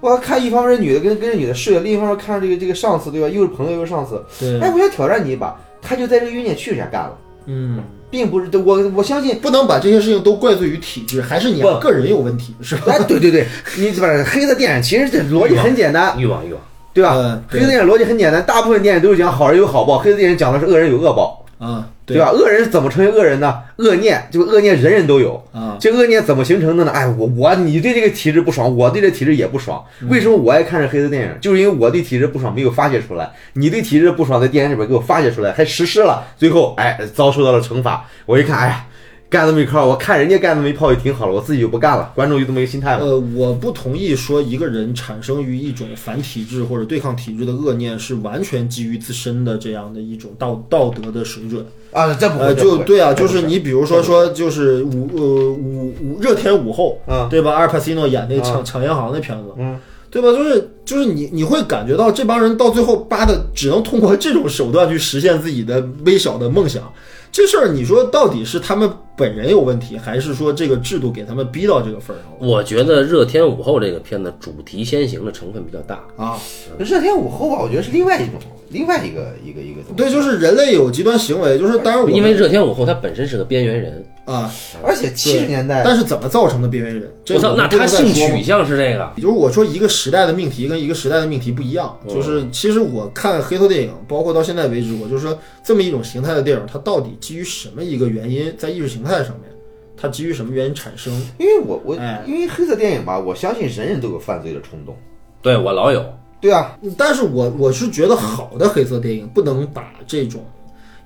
Speaker 3: 我看一方面女的跟跟这女的睡了，另一方面看这个这个上司，对吧？又是朋友又是上司，
Speaker 2: 对，
Speaker 3: 哎，我想挑战你一把，他就在这个欲念驱使下干了。
Speaker 2: 嗯。
Speaker 3: 并不是我，我相
Speaker 2: (laughs)
Speaker 3: 信，
Speaker 2: 不能把这些事情都怪罪于体制，还是你
Speaker 1: 不
Speaker 2: 个人有问题，是吧？
Speaker 3: 哎，对对对，你把黑色电影其实这逻辑很简单，
Speaker 1: 欲望欲望。
Speaker 3: 对吧？
Speaker 2: 嗯
Speaker 3: 黑
Speaker 2: 对
Speaker 3: 色电影逻辑很简单，大部分电影都是讲好人有好报，黑色电影讲的是恶人有恶报，
Speaker 2: 啊，
Speaker 3: 对吧？恶人是怎么成为恶人呢？恶念，这个恶念人人都有。
Speaker 2: 啊，
Speaker 3: 这恶念怎么形成的呢？哎，我我你对这个体制不爽，我对这体制也不爽。为什么我爱看这黑色电影？就是因为我对体制不爽没有发泄出来，你对体制不爽在电影里边给我发泄出来，还实施了，最后哎遭受到了惩罚。我一看，哎呀，干这么一块儿，我看人家干这么一炮也挺好了，我自己就不干了。观众就这么一个心态嘛。
Speaker 2: 呃，我不同意说一个人产生于一种反体制或者对抗体制的恶念是完全基于自身的这样的一种道道德的水准。
Speaker 3: 啊，这不会，
Speaker 2: 呃，
Speaker 3: 这不
Speaker 2: 就
Speaker 3: 会
Speaker 2: 对啊，
Speaker 3: 这
Speaker 2: 就
Speaker 3: 不
Speaker 2: 是你比如说说就是午呃午午热天午后，
Speaker 3: 嗯
Speaker 2: 对吧？阿尔帕西诺演那
Speaker 3: 嗯
Speaker 2: 抢抢银行那片子，
Speaker 3: 嗯
Speaker 2: 对吧？就是就是你你会感觉到这帮人到最后扒的只能通过这种手段去实现自己的微小的梦想。这事儿你说到底是他们本人有问题，还是说这个制度给他们逼到这个份儿上了？
Speaker 1: 我觉得《热天午后》这个片子主题先行的成分比较大，
Speaker 2: 啊，
Speaker 3: 热天午后吧，我觉得是另外一种，另外一个一个一个东西。
Speaker 2: 对，就是人类有极端行为，就是当然我们
Speaker 1: 因为《热天午后》它本身是个边缘人。
Speaker 2: 啊，
Speaker 3: 而且七十年代，
Speaker 2: 但是怎么造成的边缘人？这
Speaker 1: 我操，
Speaker 2: 们
Speaker 1: 那
Speaker 2: 不
Speaker 1: 他
Speaker 2: 能再
Speaker 1: 性
Speaker 2: 说吗
Speaker 1: 取向是这个，
Speaker 2: 也就是我说一个时代的命题跟一个时代的命题不一样，
Speaker 1: 哦
Speaker 2: 就是其实我看黑色电影，包括到现在为止，我就说这么一种形态的电影，它到底基于什么一个原因，在意识形态上面，它基于什么原因产生？
Speaker 3: 因为我我
Speaker 2: 哎
Speaker 3: 因为黑色电影吧，我相信人人都有犯罪的冲动。
Speaker 1: 对我老有，
Speaker 3: 对啊，
Speaker 2: 但是我我是觉得好的黑色电影不能把这种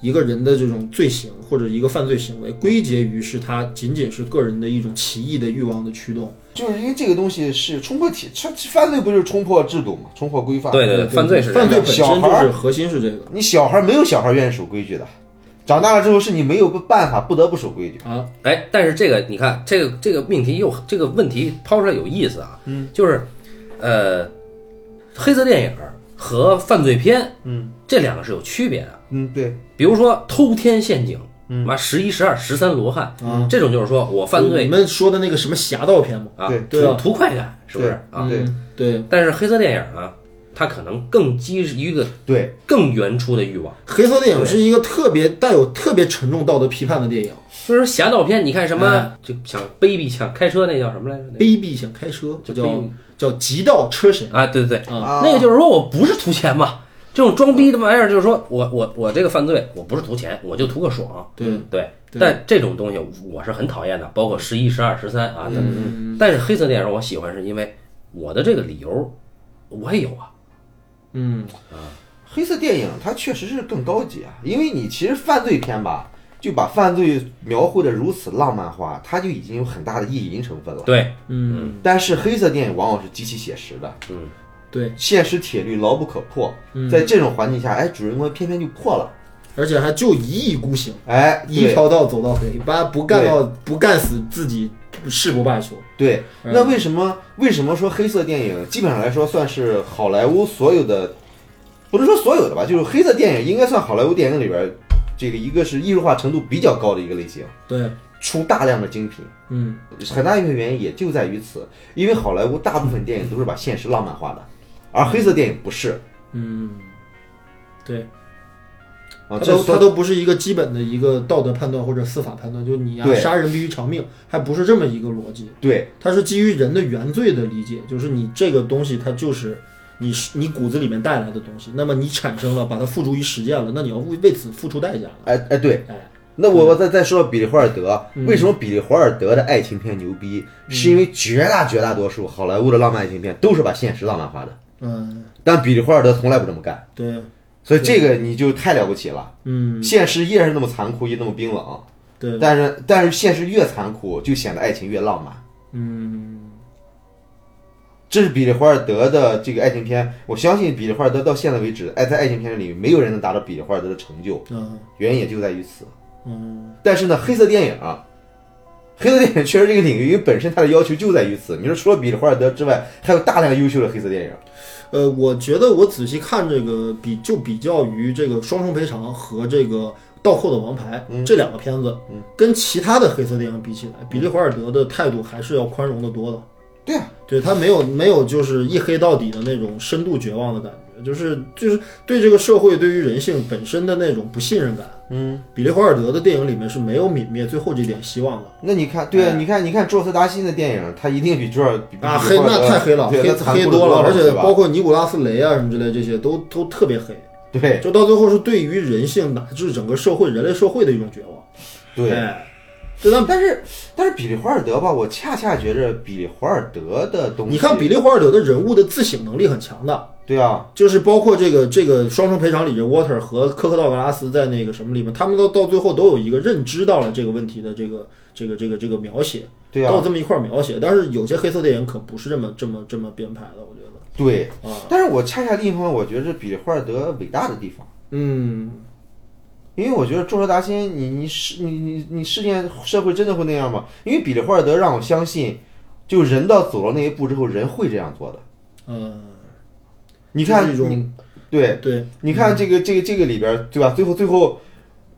Speaker 2: 一个人的这种罪行或者一个犯罪行为归结于是他仅仅是个人的一种奇异的欲望的驱动，
Speaker 3: 就是因为这个东西是冲破体，它犯罪不就是冲破制度嘛，冲破规范。
Speaker 1: 对对对，犯罪是这
Speaker 2: 犯
Speaker 1: 样
Speaker 2: 罪本身
Speaker 3: 小孩
Speaker 2: 就是
Speaker 3: 儿
Speaker 2: 核心是这个
Speaker 3: 你小孩没有小孩愿意守规矩的，长大了之后是你没有办法不得不守规矩。
Speaker 2: 啊，
Speaker 1: 哎，但是这个你看，这个这个命题又这个问题抛出来有意思啊，嗯，就是，呃，黑色电影和犯罪片，嗯，这两个是有区别的。
Speaker 3: 嗯，对，
Speaker 1: 比如说偷天陷阱，嗯，妈十一十二十三罗汉，嗯，这种就是说我犯
Speaker 2: 你
Speaker 1: 罪
Speaker 2: 们说的那个什么侠盗片嘛，
Speaker 1: 啊
Speaker 3: 对，
Speaker 2: 嗯对
Speaker 1: 图
Speaker 2: 啊
Speaker 1: 图快感是不是
Speaker 3: 对
Speaker 1: 啊？
Speaker 3: 对
Speaker 2: 嗯对。
Speaker 1: 但是黑色电影啊，他可能更激一个
Speaker 3: 对，
Speaker 1: 更原初的欲望。
Speaker 2: 黑色电影是一个特别带有特别沉重道德批判的电影，
Speaker 1: 所以说侠盗片，你看什么就想卑鄙想开车那叫什么来着？那
Speaker 2: 卑鄙想开车，就
Speaker 1: 卑
Speaker 2: 叫
Speaker 1: 鄙
Speaker 2: 叫极道车神。
Speaker 1: 啊，对对对，
Speaker 3: 啊
Speaker 1: 那个就是说我不是图钱嘛，这种装逼的玩意儿就是说我我我这个犯罪我不是图钱，我就图个爽，
Speaker 2: 对，
Speaker 1: 对。
Speaker 2: 对
Speaker 1: 但这种东西我是很讨厌的，包括十一、十二、十三啊。等但是黑色电影我喜欢，是因为我的这个理由我也有啊。
Speaker 2: 嗯，
Speaker 3: 黑色电影它确实是更高级啊，因为你其实犯罪片吧，就把犯罪描绘的如此浪漫化，它就已经有很大的意淫成分了。
Speaker 1: 对，
Speaker 2: 嗯，
Speaker 3: 但是黑色电影往往是极其写实的，
Speaker 1: 嗯，
Speaker 2: 对，
Speaker 3: 现实铁律牢不可破。
Speaker 2: 嗯
Speaker 3: 在这种环境下，哎，主人公偏偏就破了，
Speaker 2: 而且还就一意孤行，
Speaker 3: 哎，
Speaker 2: 一
Speaker 3: 对
Speaker 2: 条道走到黑，把不干到不干死自己誓不罢休。
Speaker 3: 对。
Speaker 2: 嗯
Speaker 3: 那为什么为什么说黑色电影基本上来说算是好莱坞所有的，不能说所有的吧，就是黑色电影应该算好莱坞电影里边儿这个一个是艺术化程度比较高的一个类型，
Speaker 2: 对，
Speaker 3: 出大量的精品。
Speaker 2: 嗯，
Speaker 3: 很大一部分原因也就在于此，因为好莱坞大部分电影都是把现实浪漫化的，而黑色电影不是
Speaker 2: 嗯对，它
Speaker 3: 啊，这
Speaker 2: 都它
Speaker 3: 所
Speaker 2: 都不是一个基本的一个道德判断或者司法判断，就你啊
Speaker 3: 对
Speaker 2: 杀人必须偿命，还不是这么一个逻辑，
Speaker 3: 对
Speaker 2: 它是基于人的原罪的理解，就是你这个东西它就是。你是你骨子里面带来的东西，那么你产生了，把它付诸于实践了，那你要为为此付出代价了。
Speaker 3: 哎哎对
Speaker 2: 哎。嗯
Speaker 3: 那我我再再说比利华尔德，为什么比利华尔德的爱情片牛逼？是因为绝大绝大多数好莱坞的浪漫爱情片都是把现实浪漫化的，
Speaker 2: 嗯，
Speaker 3: 但比利华尔德从来不这么干，
Speaker 2: 对，
Speaker 3: 所以这个你就太了不起了。
Speaker 2: 嗯，
Speaker 3: 现实依然是那么残酷，也那么冰冷，
Speaker 2: 对，
Speaker 3: 但是但是现实越残酷，就显得爱情越浪漫。
Speaker 2: 嗯，
Speaker 3: 这是比利华尔德的这个爱情片，我相信比利华尔德到现在为止，爱哎在爱情片里没有人能达到比利华尔德的成就，
Speaker 2: 嗯，
Speaker 3: 原因也就在于此。
Speaker 2: 嗯，
Speaker 3: 但是呢，黑色电影啊，黑色电影确实这个领域本身它的要求就在于此。你说除了比利华尔德之外，还有大量优秀的黑色电影，
Speaker 2: 呃，我觉得我仔细看这个比就比较于这个《双重赔偿》和这个《倒扣的王牌》这两个片子，跟其他的黑色电影比起来，比利华尔德的态度还是要宽容的多的。
Speaker 3: 对啊，
Speaker 2: 对他没有没有就是一黑到底的那种深度绝望的感觉，就是就是对这个社会对于人性本身的那种不信任感。嗯，比利华尔德的电影里面是没有泯灭最后这点希望的。
Speaker 3: 那你看，对啊，你看，你看朱尔斯达西的电影，他一定比朱尔比
Speaker 2: 啊，
Speaker 3: 比
Speaker 2: 黑
Speaker 3: 利华尔
Speaker 2: 那
Speaker 3: 德
Speaker 2: 太黑了，
Speaker 3: 对
Speaker 2: 黑
Speaker 3: 那残
Speaker 2: 黑
Speaker 3: 酷得
Speaker 2: 多了，而且
Speaker 3: 对吧
Speaker 2: 包括尼古拉斯雷啊什么之类这些都都特别黑，
Speaker 3: 对
Speaker 2: 就到最后是对于人性乃至整个社会、人类社会的一种绝望。
Speaker 3: 对。
Speaker 2: 哎，对，但
Speaker 3: 但是但是比利华尔德吧，我恰恰觉着比利华尔德的东西，
Speaker 2: 你看比利华尔德的人物的自省能力很强的，
Speaker 3: 对啊，
Speaker 2: 就是包括这个这个双重赔偿里面，Water 和科克道格拉斯在那个什么里面，他们都到最后都有一个认知到了这个问题的这个这个这个这个描写，
Speaker 3: 对啊
Speaker 2: 都有这么一块描写。但是有些黑色电影可不是这么这么这么编排的，我觉得。
Speaker 3: 对
Speaker 2: 啊，
Speaker 3: 但是我恰恰另一方面，我觉得这比利华尔德伟大的地方，
Speaker 2: 嗯，
Speaker 3: 因为我觉得众说达新，你你是你你你事件社会真的会那样吗？因为比利华尔德让我相信，就人到走到那一步之后，人会这样做的。
Speaker 2: 呃，
Speaker 3: 你
Speaker 2: 就
Speaker 3: 看，
Speaker 2: 是一种
Speaker 3: 你对，
Speaker 2: 对，
Speaker 3: 你看这个这个这个里边儿，对吧？最后最后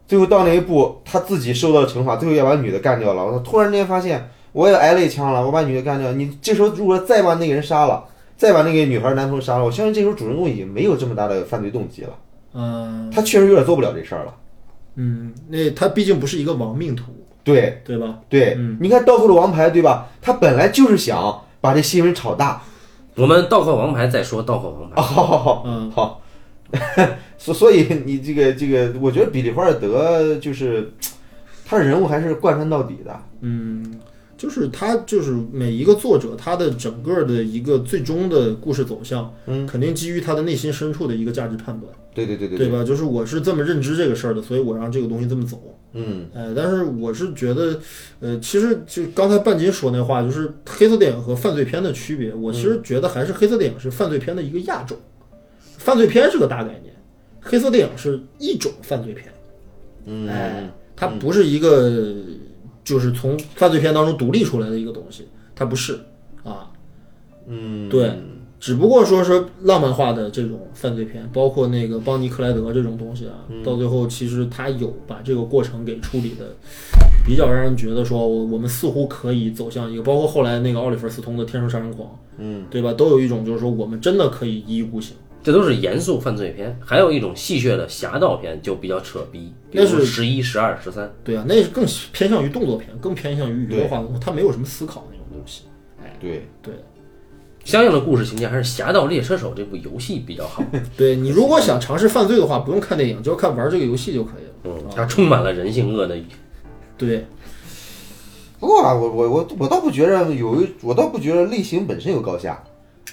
Speaker 3: 最后到那一步，他自己受到了惩罚，最后要把女的干掉了。他突然间发现，我也挨了一枪了，我把女的干掉。你这时候如果再把那个人杀了，再把那个女孩男朋友杀了，我相信这时候主人公已经没有这么大的犯罪动机了。
Speaker 2: 嗯
Speaker 3: 他确实有点做不了这事儿了。
Speaker 2: 嗯，那他毕竟不是一个亡命徒，
Speaker 3: 对
Speaker 2: 对吧？
Speaker 3: 对，你看《倒扣的王牌》，对吧？他本来就是想把这新闻炒大。
Speaker 1: 我们倒扣王牌再说倒扣王牌，
Speaker 3: 哦，好好好，
Speaker 2: 嗯
Speaker 3: 好。 (laughs) 所所以你这个这个，我觉得比利华尔德就是他的人物还是贯穿到底的。
Speaker 2: 就是他，就是每一个作者，他的整个的一个最终的故事走向，嗯，肯定基于他的内心深处的一个价值判断，
Speaker 3: 对对对对
Speaker 2: 吧？就是我是这么认知这个事儿的，所以我让这个东西这么走。
Speaker 3: 嗯，
Speaker 2: 呃，但是我是觉得，呃，其实就刚才半斤说那话，就是黑色电影和犯罪片的区别。我其
Speaker 3: 嗯
Speaker 2: 实觉得还是黑色电影是犯罪片的一个亚种，犯罪片是个大概念，黑色电影是一种犯罪片。
Speaker 3: 嗯，
Speaker 2: 哎，它不是一个就是从犯罪片当中独立出来的一个东西，它不是啊，
Speaker 3: 嗯，
Speaker 2: 对，只不过说是浪漫化的这种犯罪片，包括那个邦尼克莱德这种东西啊，到最后其实他有把这个过程给处理的比较让人觉得说，我我们似乎可以走向一个，包括后来那个奥利弗斯通的《天生杀人狂》，嗯，对吧？都有一种就是说我们真的可以一意孤行，
Speaker 1: 这都是严肃犯罪片。还有一种戏谑的侠盗片就比较扯逼，比
Speaker 2: 那是
Speaker 1: 如十一、十二、十三，
Speaker 2: 对啊，那是更偏向于动作片，更偏向于娱乐化的东西，它没有什么思考那种东西。
Speaker 3: 对，
Speaker 2: 对，
Speaker 1: 相应的故事情节还是《侠盗猎车手》这部游戏比较
Speaker 2: (laughs)
Speaker 1: 好，
Speaker 2: 对你如果想尝试犯罪的话，不用看电影，只要看玩这个游戏就可以了。
Speaker 1: 嗯，它充满了人性恶的
Speaker 2: 对，
Speaker 3: 不过吧，我我我我倒不觉得有一，我倒不觉得类型本身有高下，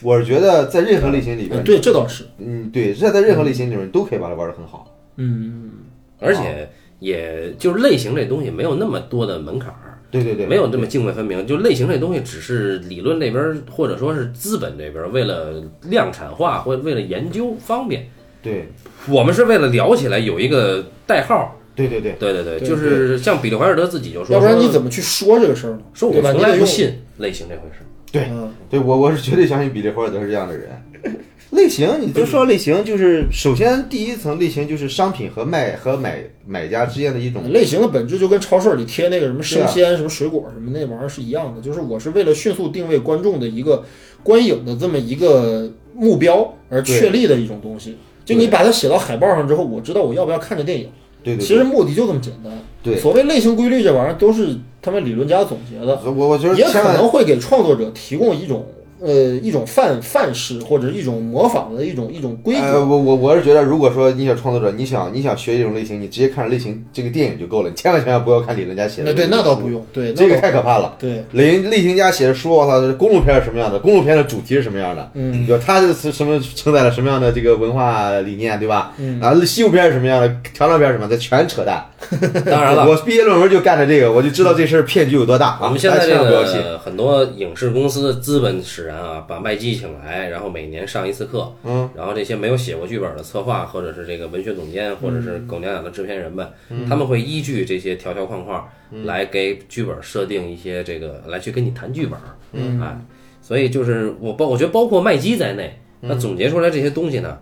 Speaker 3: 我是觉得在任何类型里边
Speaker 2: 嗯，，对，这倒是，
Speaker 3: 嗯，对，这在任何类型里面都可以把它玩得很好。
Speaker 2: 嗯，
Speaker 1: 而且也就是类型这东西没有那么多的门槛儿，
Speaker 3: 对对对，
Speaker 1: 没有这么泾渭分明。就类型这东西只是理论那边儿或者说是资本这边儿为了量产化或者为了研究方便，
Speaker 3: 对
Speaker 1: 我们是为了聊起来有一个代号。
Speaker 3: 对对对，
Speaker 1: 对对对，
Speaker 2: 对
Speaker 1: 就是像比利怀尔德自己就说，
Speaker 2: 要不然你
Speaker 1: 说
Speaker 2: 怎么去说这个事儿呢？
Speaker 1: 说我
Speaker 2: 对吧？
Speaker 1: 从
Speaker 2: 你
Speaker 1: 来
Speaker 2: 得
Speaker 1: 不
Speaker 2: 用，
Speaker 1: 信类型这回事。
Speaker 3: 对
Speaker 2: 嗯，
Speaker 3: 对我我是绝对相信比利·霍尔德是这样的人。类型，你就说类型，就是首先第一层类型就是商品和卖和买买家之间的一种
Speaker 2: 类型的本质就跟超市里贴那个什么生鲜、什么水果、什么那玩意儿是一样的，就是我是为了迅速定位观众的一个观影的这么一个目标而确立的一种东西。就你把它写到海报上之后，我知道我要不要看这电影。
Speaker 3: 对对对，
Speaker 2: 其实目的就这么简单。
Speaker 3: 对
Speaker 2: 所谓类型规律这玩意儿都是他们理论家总结的，
Speaker 3: 我我觉得
Speaker 2: 也
Speaker 3: 千
Speaker 2: 可
Speaker 3: 万
Speaker 2: 能会给创作者提供一种呃一种范范式或者一种模仿的一种一种规
Speaker 3: 呃，
Speaker 2: 则。
Speaker 3: 我我我是觉得，如果说你想创作者，你想你想学一种类型，你直接看类型这个电影就够了，你千万千万不要看理论家写的
Speaker 2: 那
Speaker 3: 东西。
Speaker 2: 对，那倒不用，对，
Speaker 3: 这个
Speaker 2: 那倒
Speaker 3: 太可怕了。
Speaker 2: 对，
Speaker 3: 类类型家写的书，我操，这公路片是什么样的？公路片的主题是什么样的？
Speaker 2: 嗯
Speaker 3: 有它是什么承载了什么样的这个文化理念，对吧？
Speaker 2: 嗯
Speaker 3: 啊，西部片是什么样的？调料片是什么？这全扯淡。
Speaker 1: 当
Speaker 2: (laughs)
Speaker 1: 然了，
Speaker 3: 我毕业论文就干的这个，我就知道这事儿骗局有多大啊！
Speaker 1: 我们现在
Speaker 3: 大家
Speaker 1: 这
Speaker 3: 千万不要信。
Speaker 1: 个很多影视公司资本使然啊，把麦基请来，然后每年上一次课，
Speaker 3: 嗯，
Speaker 1: 然后这些没有写过剧本的策划，或者是这个文学总监，或者是狗娘养的制片人们，
Speaker 3: 嗯
Speaker 1: 他们会依据这些条条框框来给剧本设定一些这个，来去跟你谈剧本，嗯，哎，所以就是我包，我觉得包括麦基在内，
Speaker 3: 嗯
Speaker 1: 那总结出来这些东西呢，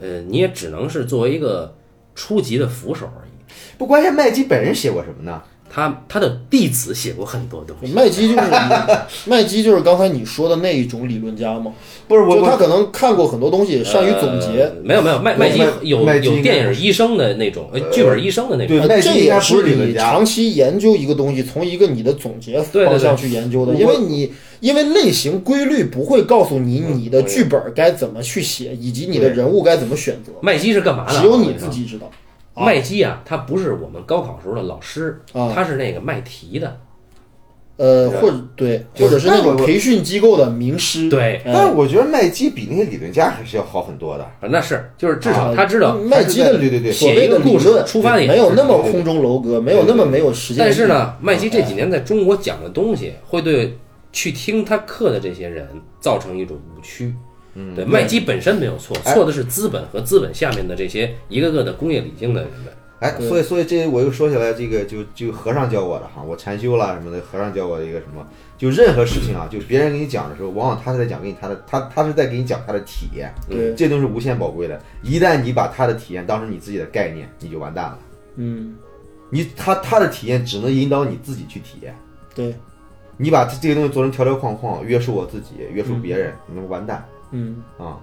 Speaker 1: 呃，你也只能是作为一个初级的扶手而已。
Speaker 3: 不，关键麦基本人写过什么呢？
Speaker 1: 他他的弟子写过很多东西，
Speaker 2: 麦基
Speaker 3: (laughs)
Speaker 2: 就是你麦基就是刚才你说的那一种理论家嘛，
Speaker 3: 不是我
Speaker 2: 就他
Speaker 3: 我
Speaker 2: 可能看过很多东西，善于总结
Speaker 1: 呃。没有没有，麦麦基
Speaker 3: 麦
Speaker 1: 有
Speaker 3: 麦基
Speaker 1: 有
Speaker 3: 应该
Speaker 1: 电影医生的那种，呃，剧本医生的那种。
Speaker 3: 对
Speaker 2: 呃
Speaker 3: 麦基
Speaker 2: 这
Speaker 3: 应该
Speaker 2: 也
Speaker 3: 不是
Speaker 2: 是
Speaker 3: 理论
Speaker 2: 你
Speaker 3: 家
Speaker 2: 长期研究一个东西，从一个你的总结
Speaker 1: 对对
Speaker 2: 方向去研究的，
Speaker 3: 我
Speaker 2: 因为你因为类型规律不会告诉你
Speaker 3: 嗯
Speaker 2: 你的剧本该怎么去写，以及你的人物该怎么选择，
Speaker 1: 麦基是干嘛的？
Speaker 2: 只有你自己知道。啊
Speaker 1: 麦基啊，他不是我们高考时候的老师，
Speaker 2: 啊
Speaker 1: 他是那个卖题的。
Speaker 2: 呃，
Speaker 3: 对
Speaker 2: 或者对，
Speaker 3: 就
Speaker 2: 或
Speaker 3: 是
Speaker 2: 者是那
Speaker 3: 但
Speaker 2: 种
Speaker 3: 我
Speaker 2: 培训机构的名师，
Speaker 1: 对
Speaker 2: 嗯
Speaker 3: 但是我觉得麦基比那些理论家还是要好很多的。
Speaker 1: 啊那是就是至少
Speaker 2: 啊
Speaker 1: 他知道。
Speaker 2: 麦基的
Speaker 3: 对对对
Speaker 2: 所谓的
Speaker 1: 写一个故事
Speaker 2: 理论
Speaker 1: 出发点
Speaker 2: 没有那么空中楼阁，没有那么没有实践
Speaker 1: 但
Speaker 2: 力。
Speaker 1: 是呢，麦基这几年在中国讲的东西，会对去听他课的这些人造成一种误区。嗯，对，麦基本身没有错，
Speaker 3: 哎
Speaker 1: 错的是资本和资本下面的这些一个个的工业理性的人们。
Speaker 3: 哎，所以所以这我又说起来，这个就就和尚教我的哈，我禅修啦什么的，和尚教我一个什么，就任何事情啊，就别人给你讲的时候，往往他是在讲给你他的，他他是在给你讲他的体验，
Speaker 2: 对
Speaker 3: 这都是无限宝贵的。一旦你把他的体验当成你自己的概念，你就完蛋了。
Speaker 2: 嗯，
Speaker 3: 你他他的体验只能引导你自己去体验，
Speaker 2: 对，
Speaker 3: 你把这这些东西做成条条框框，约束我自己，约束别人，你们完蛋
Speaker 2: 嗯，
Speaker 3: 啊、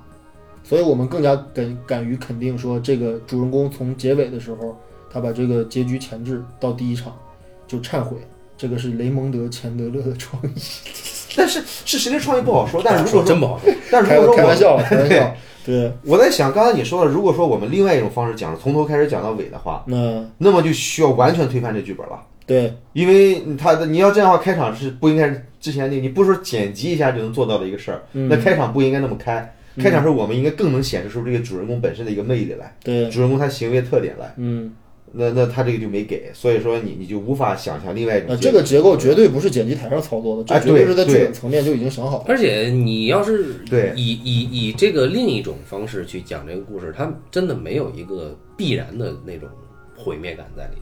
Speaker 2: 所以我们更加敢敢于肯定说，这个主人公从结尾的时候，他把这个结局前置到第一场就忏悔，这个是雷蒙德·钱德勒的创意。
Speaker 3: 但是是谁的创意不好说，但是如果
Speaker 1: 真
Speaker 3: 说，
Speaker 1: 不好说，
Speaker 3: 但是
Speaker 2: 开
Speaker 3: 如果
Speaker 2: 开
Speaker 3: 说我
Speaker 2: 玩笑，开玩笑， (laughs) 对，
Speaker 3: 我在想，刚才你说了，如果说我们另外一种方式讲，从头开始讲到尾的话，
Speaker 2: 那
Speaker 3: 那么就需要完全推翻这剧本了，
Speaker 2: 对
Speaker 3: 因为他你要这样的话，开场是不应该是之前那，你不是说剪辑一下就能做到的一个事儿，
Speaker 2: 嗯
Speaker 3: 那开场不应该那么开，开场时候我们应该更能显示出这个主人公本身的一个魅力来，
Speaker 2: 对，
Speaker 3: 主人公他行为特点来，
Speaker 2: 嗯，
Speaker 3: 那那他这个就没给，所以说你你就无法想象另外一种
Speaker 2: 呃，
Speaker 3: 结
Speaker 2: 这
Speaker 3: 果
Speaker 2: 个结构绝对不是剪辑台上操作的，
Speaker 3: 哎
Speaker 2: 这绝对
Speaker 3: 对
Speaker 2: 是在剧
Speaker 3: 对
Speaker 2: 本层面就已经想好了。
Speaker 1: 而且你要是
Speaker 3: 对
Speaker 1: 以以以这个另一种方式去讲这个故事，它真的没有一个必然的那种毁灭感在里头。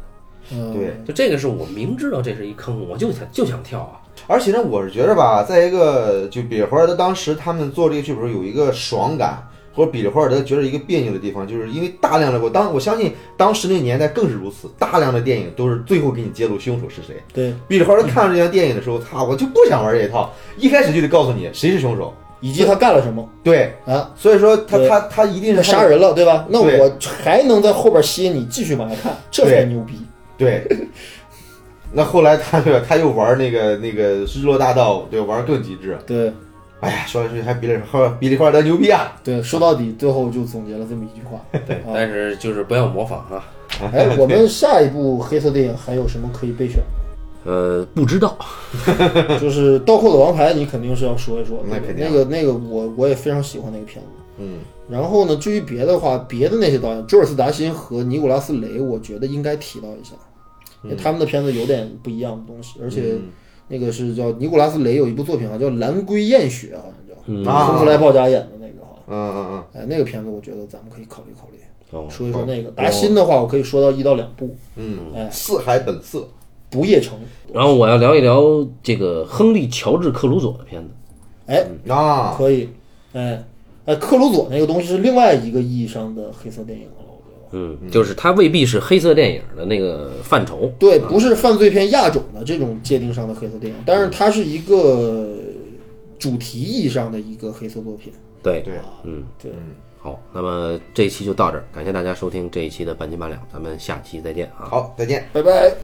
Speaker 2: 嗯，
Speaker 3: 对。
Speaker 1: 就这个是我明知道这是一坑，我就想就想跳啊。
Speaker 3: 而且呢，我是觉得吧，在一个就比利霍尔德当时他们做这个剧本有一个爽感，或者比利霍尔德觉得一个别扭的地方，就是因为大量的我当我相信当时那个年代更是如此，大量的电影都是最后给你揭露凶手是谁。
Speaker 2: 对，
Speaker 3: 比利霍尔德看到这项电影的时候，他我就不想玩这一套，一开始就得告诉你谁是凶手，
Speaker 2: 以及他干了什么
Speaker 3: 对，
Speaker 2: 啊？
Speaker 3: 所以说他
Speaker 2: 对
Speaker 3: 他他一定
Speaker 2: 那
Speaker 3: 是
Speaker 2: 杀
Speaker 3: 人。
Speaker 2: 人了，对吧？那
Speaker 3: 对
Speaker 2: 我还能在后边吸引你继续往下看，这才
Speaker 3: 对
Speaker 2: 牛逼。
Speaker 3: 对， (laughs) 那后来他对吧？他又玩那个那个日落大道，对，玩更极致。
Speaker 2: 对
Speaker 3: 哎呀，说来说去还比利号比利号德牛逼啊！
Speaker 2: 对，说到底，最后就总结了这么一句话。
Speaker 1: 对，
Speaker 2: 啊
Speaker 1: 但是就是不要模仿啊。
Speaker 2: 哎，我们下一部黑色电影还有什么可以备选？
Speaker 1: 呃，不知道，
Speaker 3: (laughs)
Speaker 2: 就是《倒扣的王牌》，你肯定是要说一说的。
Speaker 3: 那肯定啊
Speaker 2: 那个那个，我我也非常喜欢那个片子。
Speaker 3: 嗯，
Speaker 2: 然后呢，至于别的话，别的那些导演，朱尔斯·达辛和尼古拉斯·雷，我觉得应该提到一下，因
Speaker 3: 嗯
Speaker 2: 为他们的片子有点不一样的东西，而且那个是叫尼古拉斯·雷有一部作品啊，叫《蓝龟艳雪》，好像叫，
Speaker 1: 嗯
Speaker 3: 啊
Speaker 2: 亨弗莱·鲍嘉演的那个哈。
Speaker 3: 嗯嗯
Speaker 2: 哎，那个片子我觉得咱们可以考虑考虑，
Speaker 1: 哦，
Speaker 2: 说一说那个。达辛的话，我可以说到一到两部，
Speaker 3: 嗯
Speaker 2: 哎
Speaker 3: 嗯，四海本色，
Speaker 2: 《不夜城》。
Speaker 1: 然后我要聊一聊这个亨利·乔治·克鲁佐的片子。
Speaker 2: 哎，
Speaker 3: 啊，
Speaker 2: 可以，哎，哎，克鲁佐那个东西是另外一个意义上的黑色电影了，我觉得。
Speaker 1: 嗯，就是它未必是黑色电影的那个范畴。
Speaker 2: 对，不是犯罪片亚种的这种界定上的黑色电影，但是它是一个主题意义上的一个黑色作品。
Speaker 1: 对，
Speaker 3: 对，
Speaker 1: 嗯，
Speaker 2: 对，
Speaker 1: 好，那么这一期就到这儿，感谢大家收听这一期的半斤八两，咱们下期再见啊。
Speaker 3: 好，再见。
Speaker 2: 拜拜。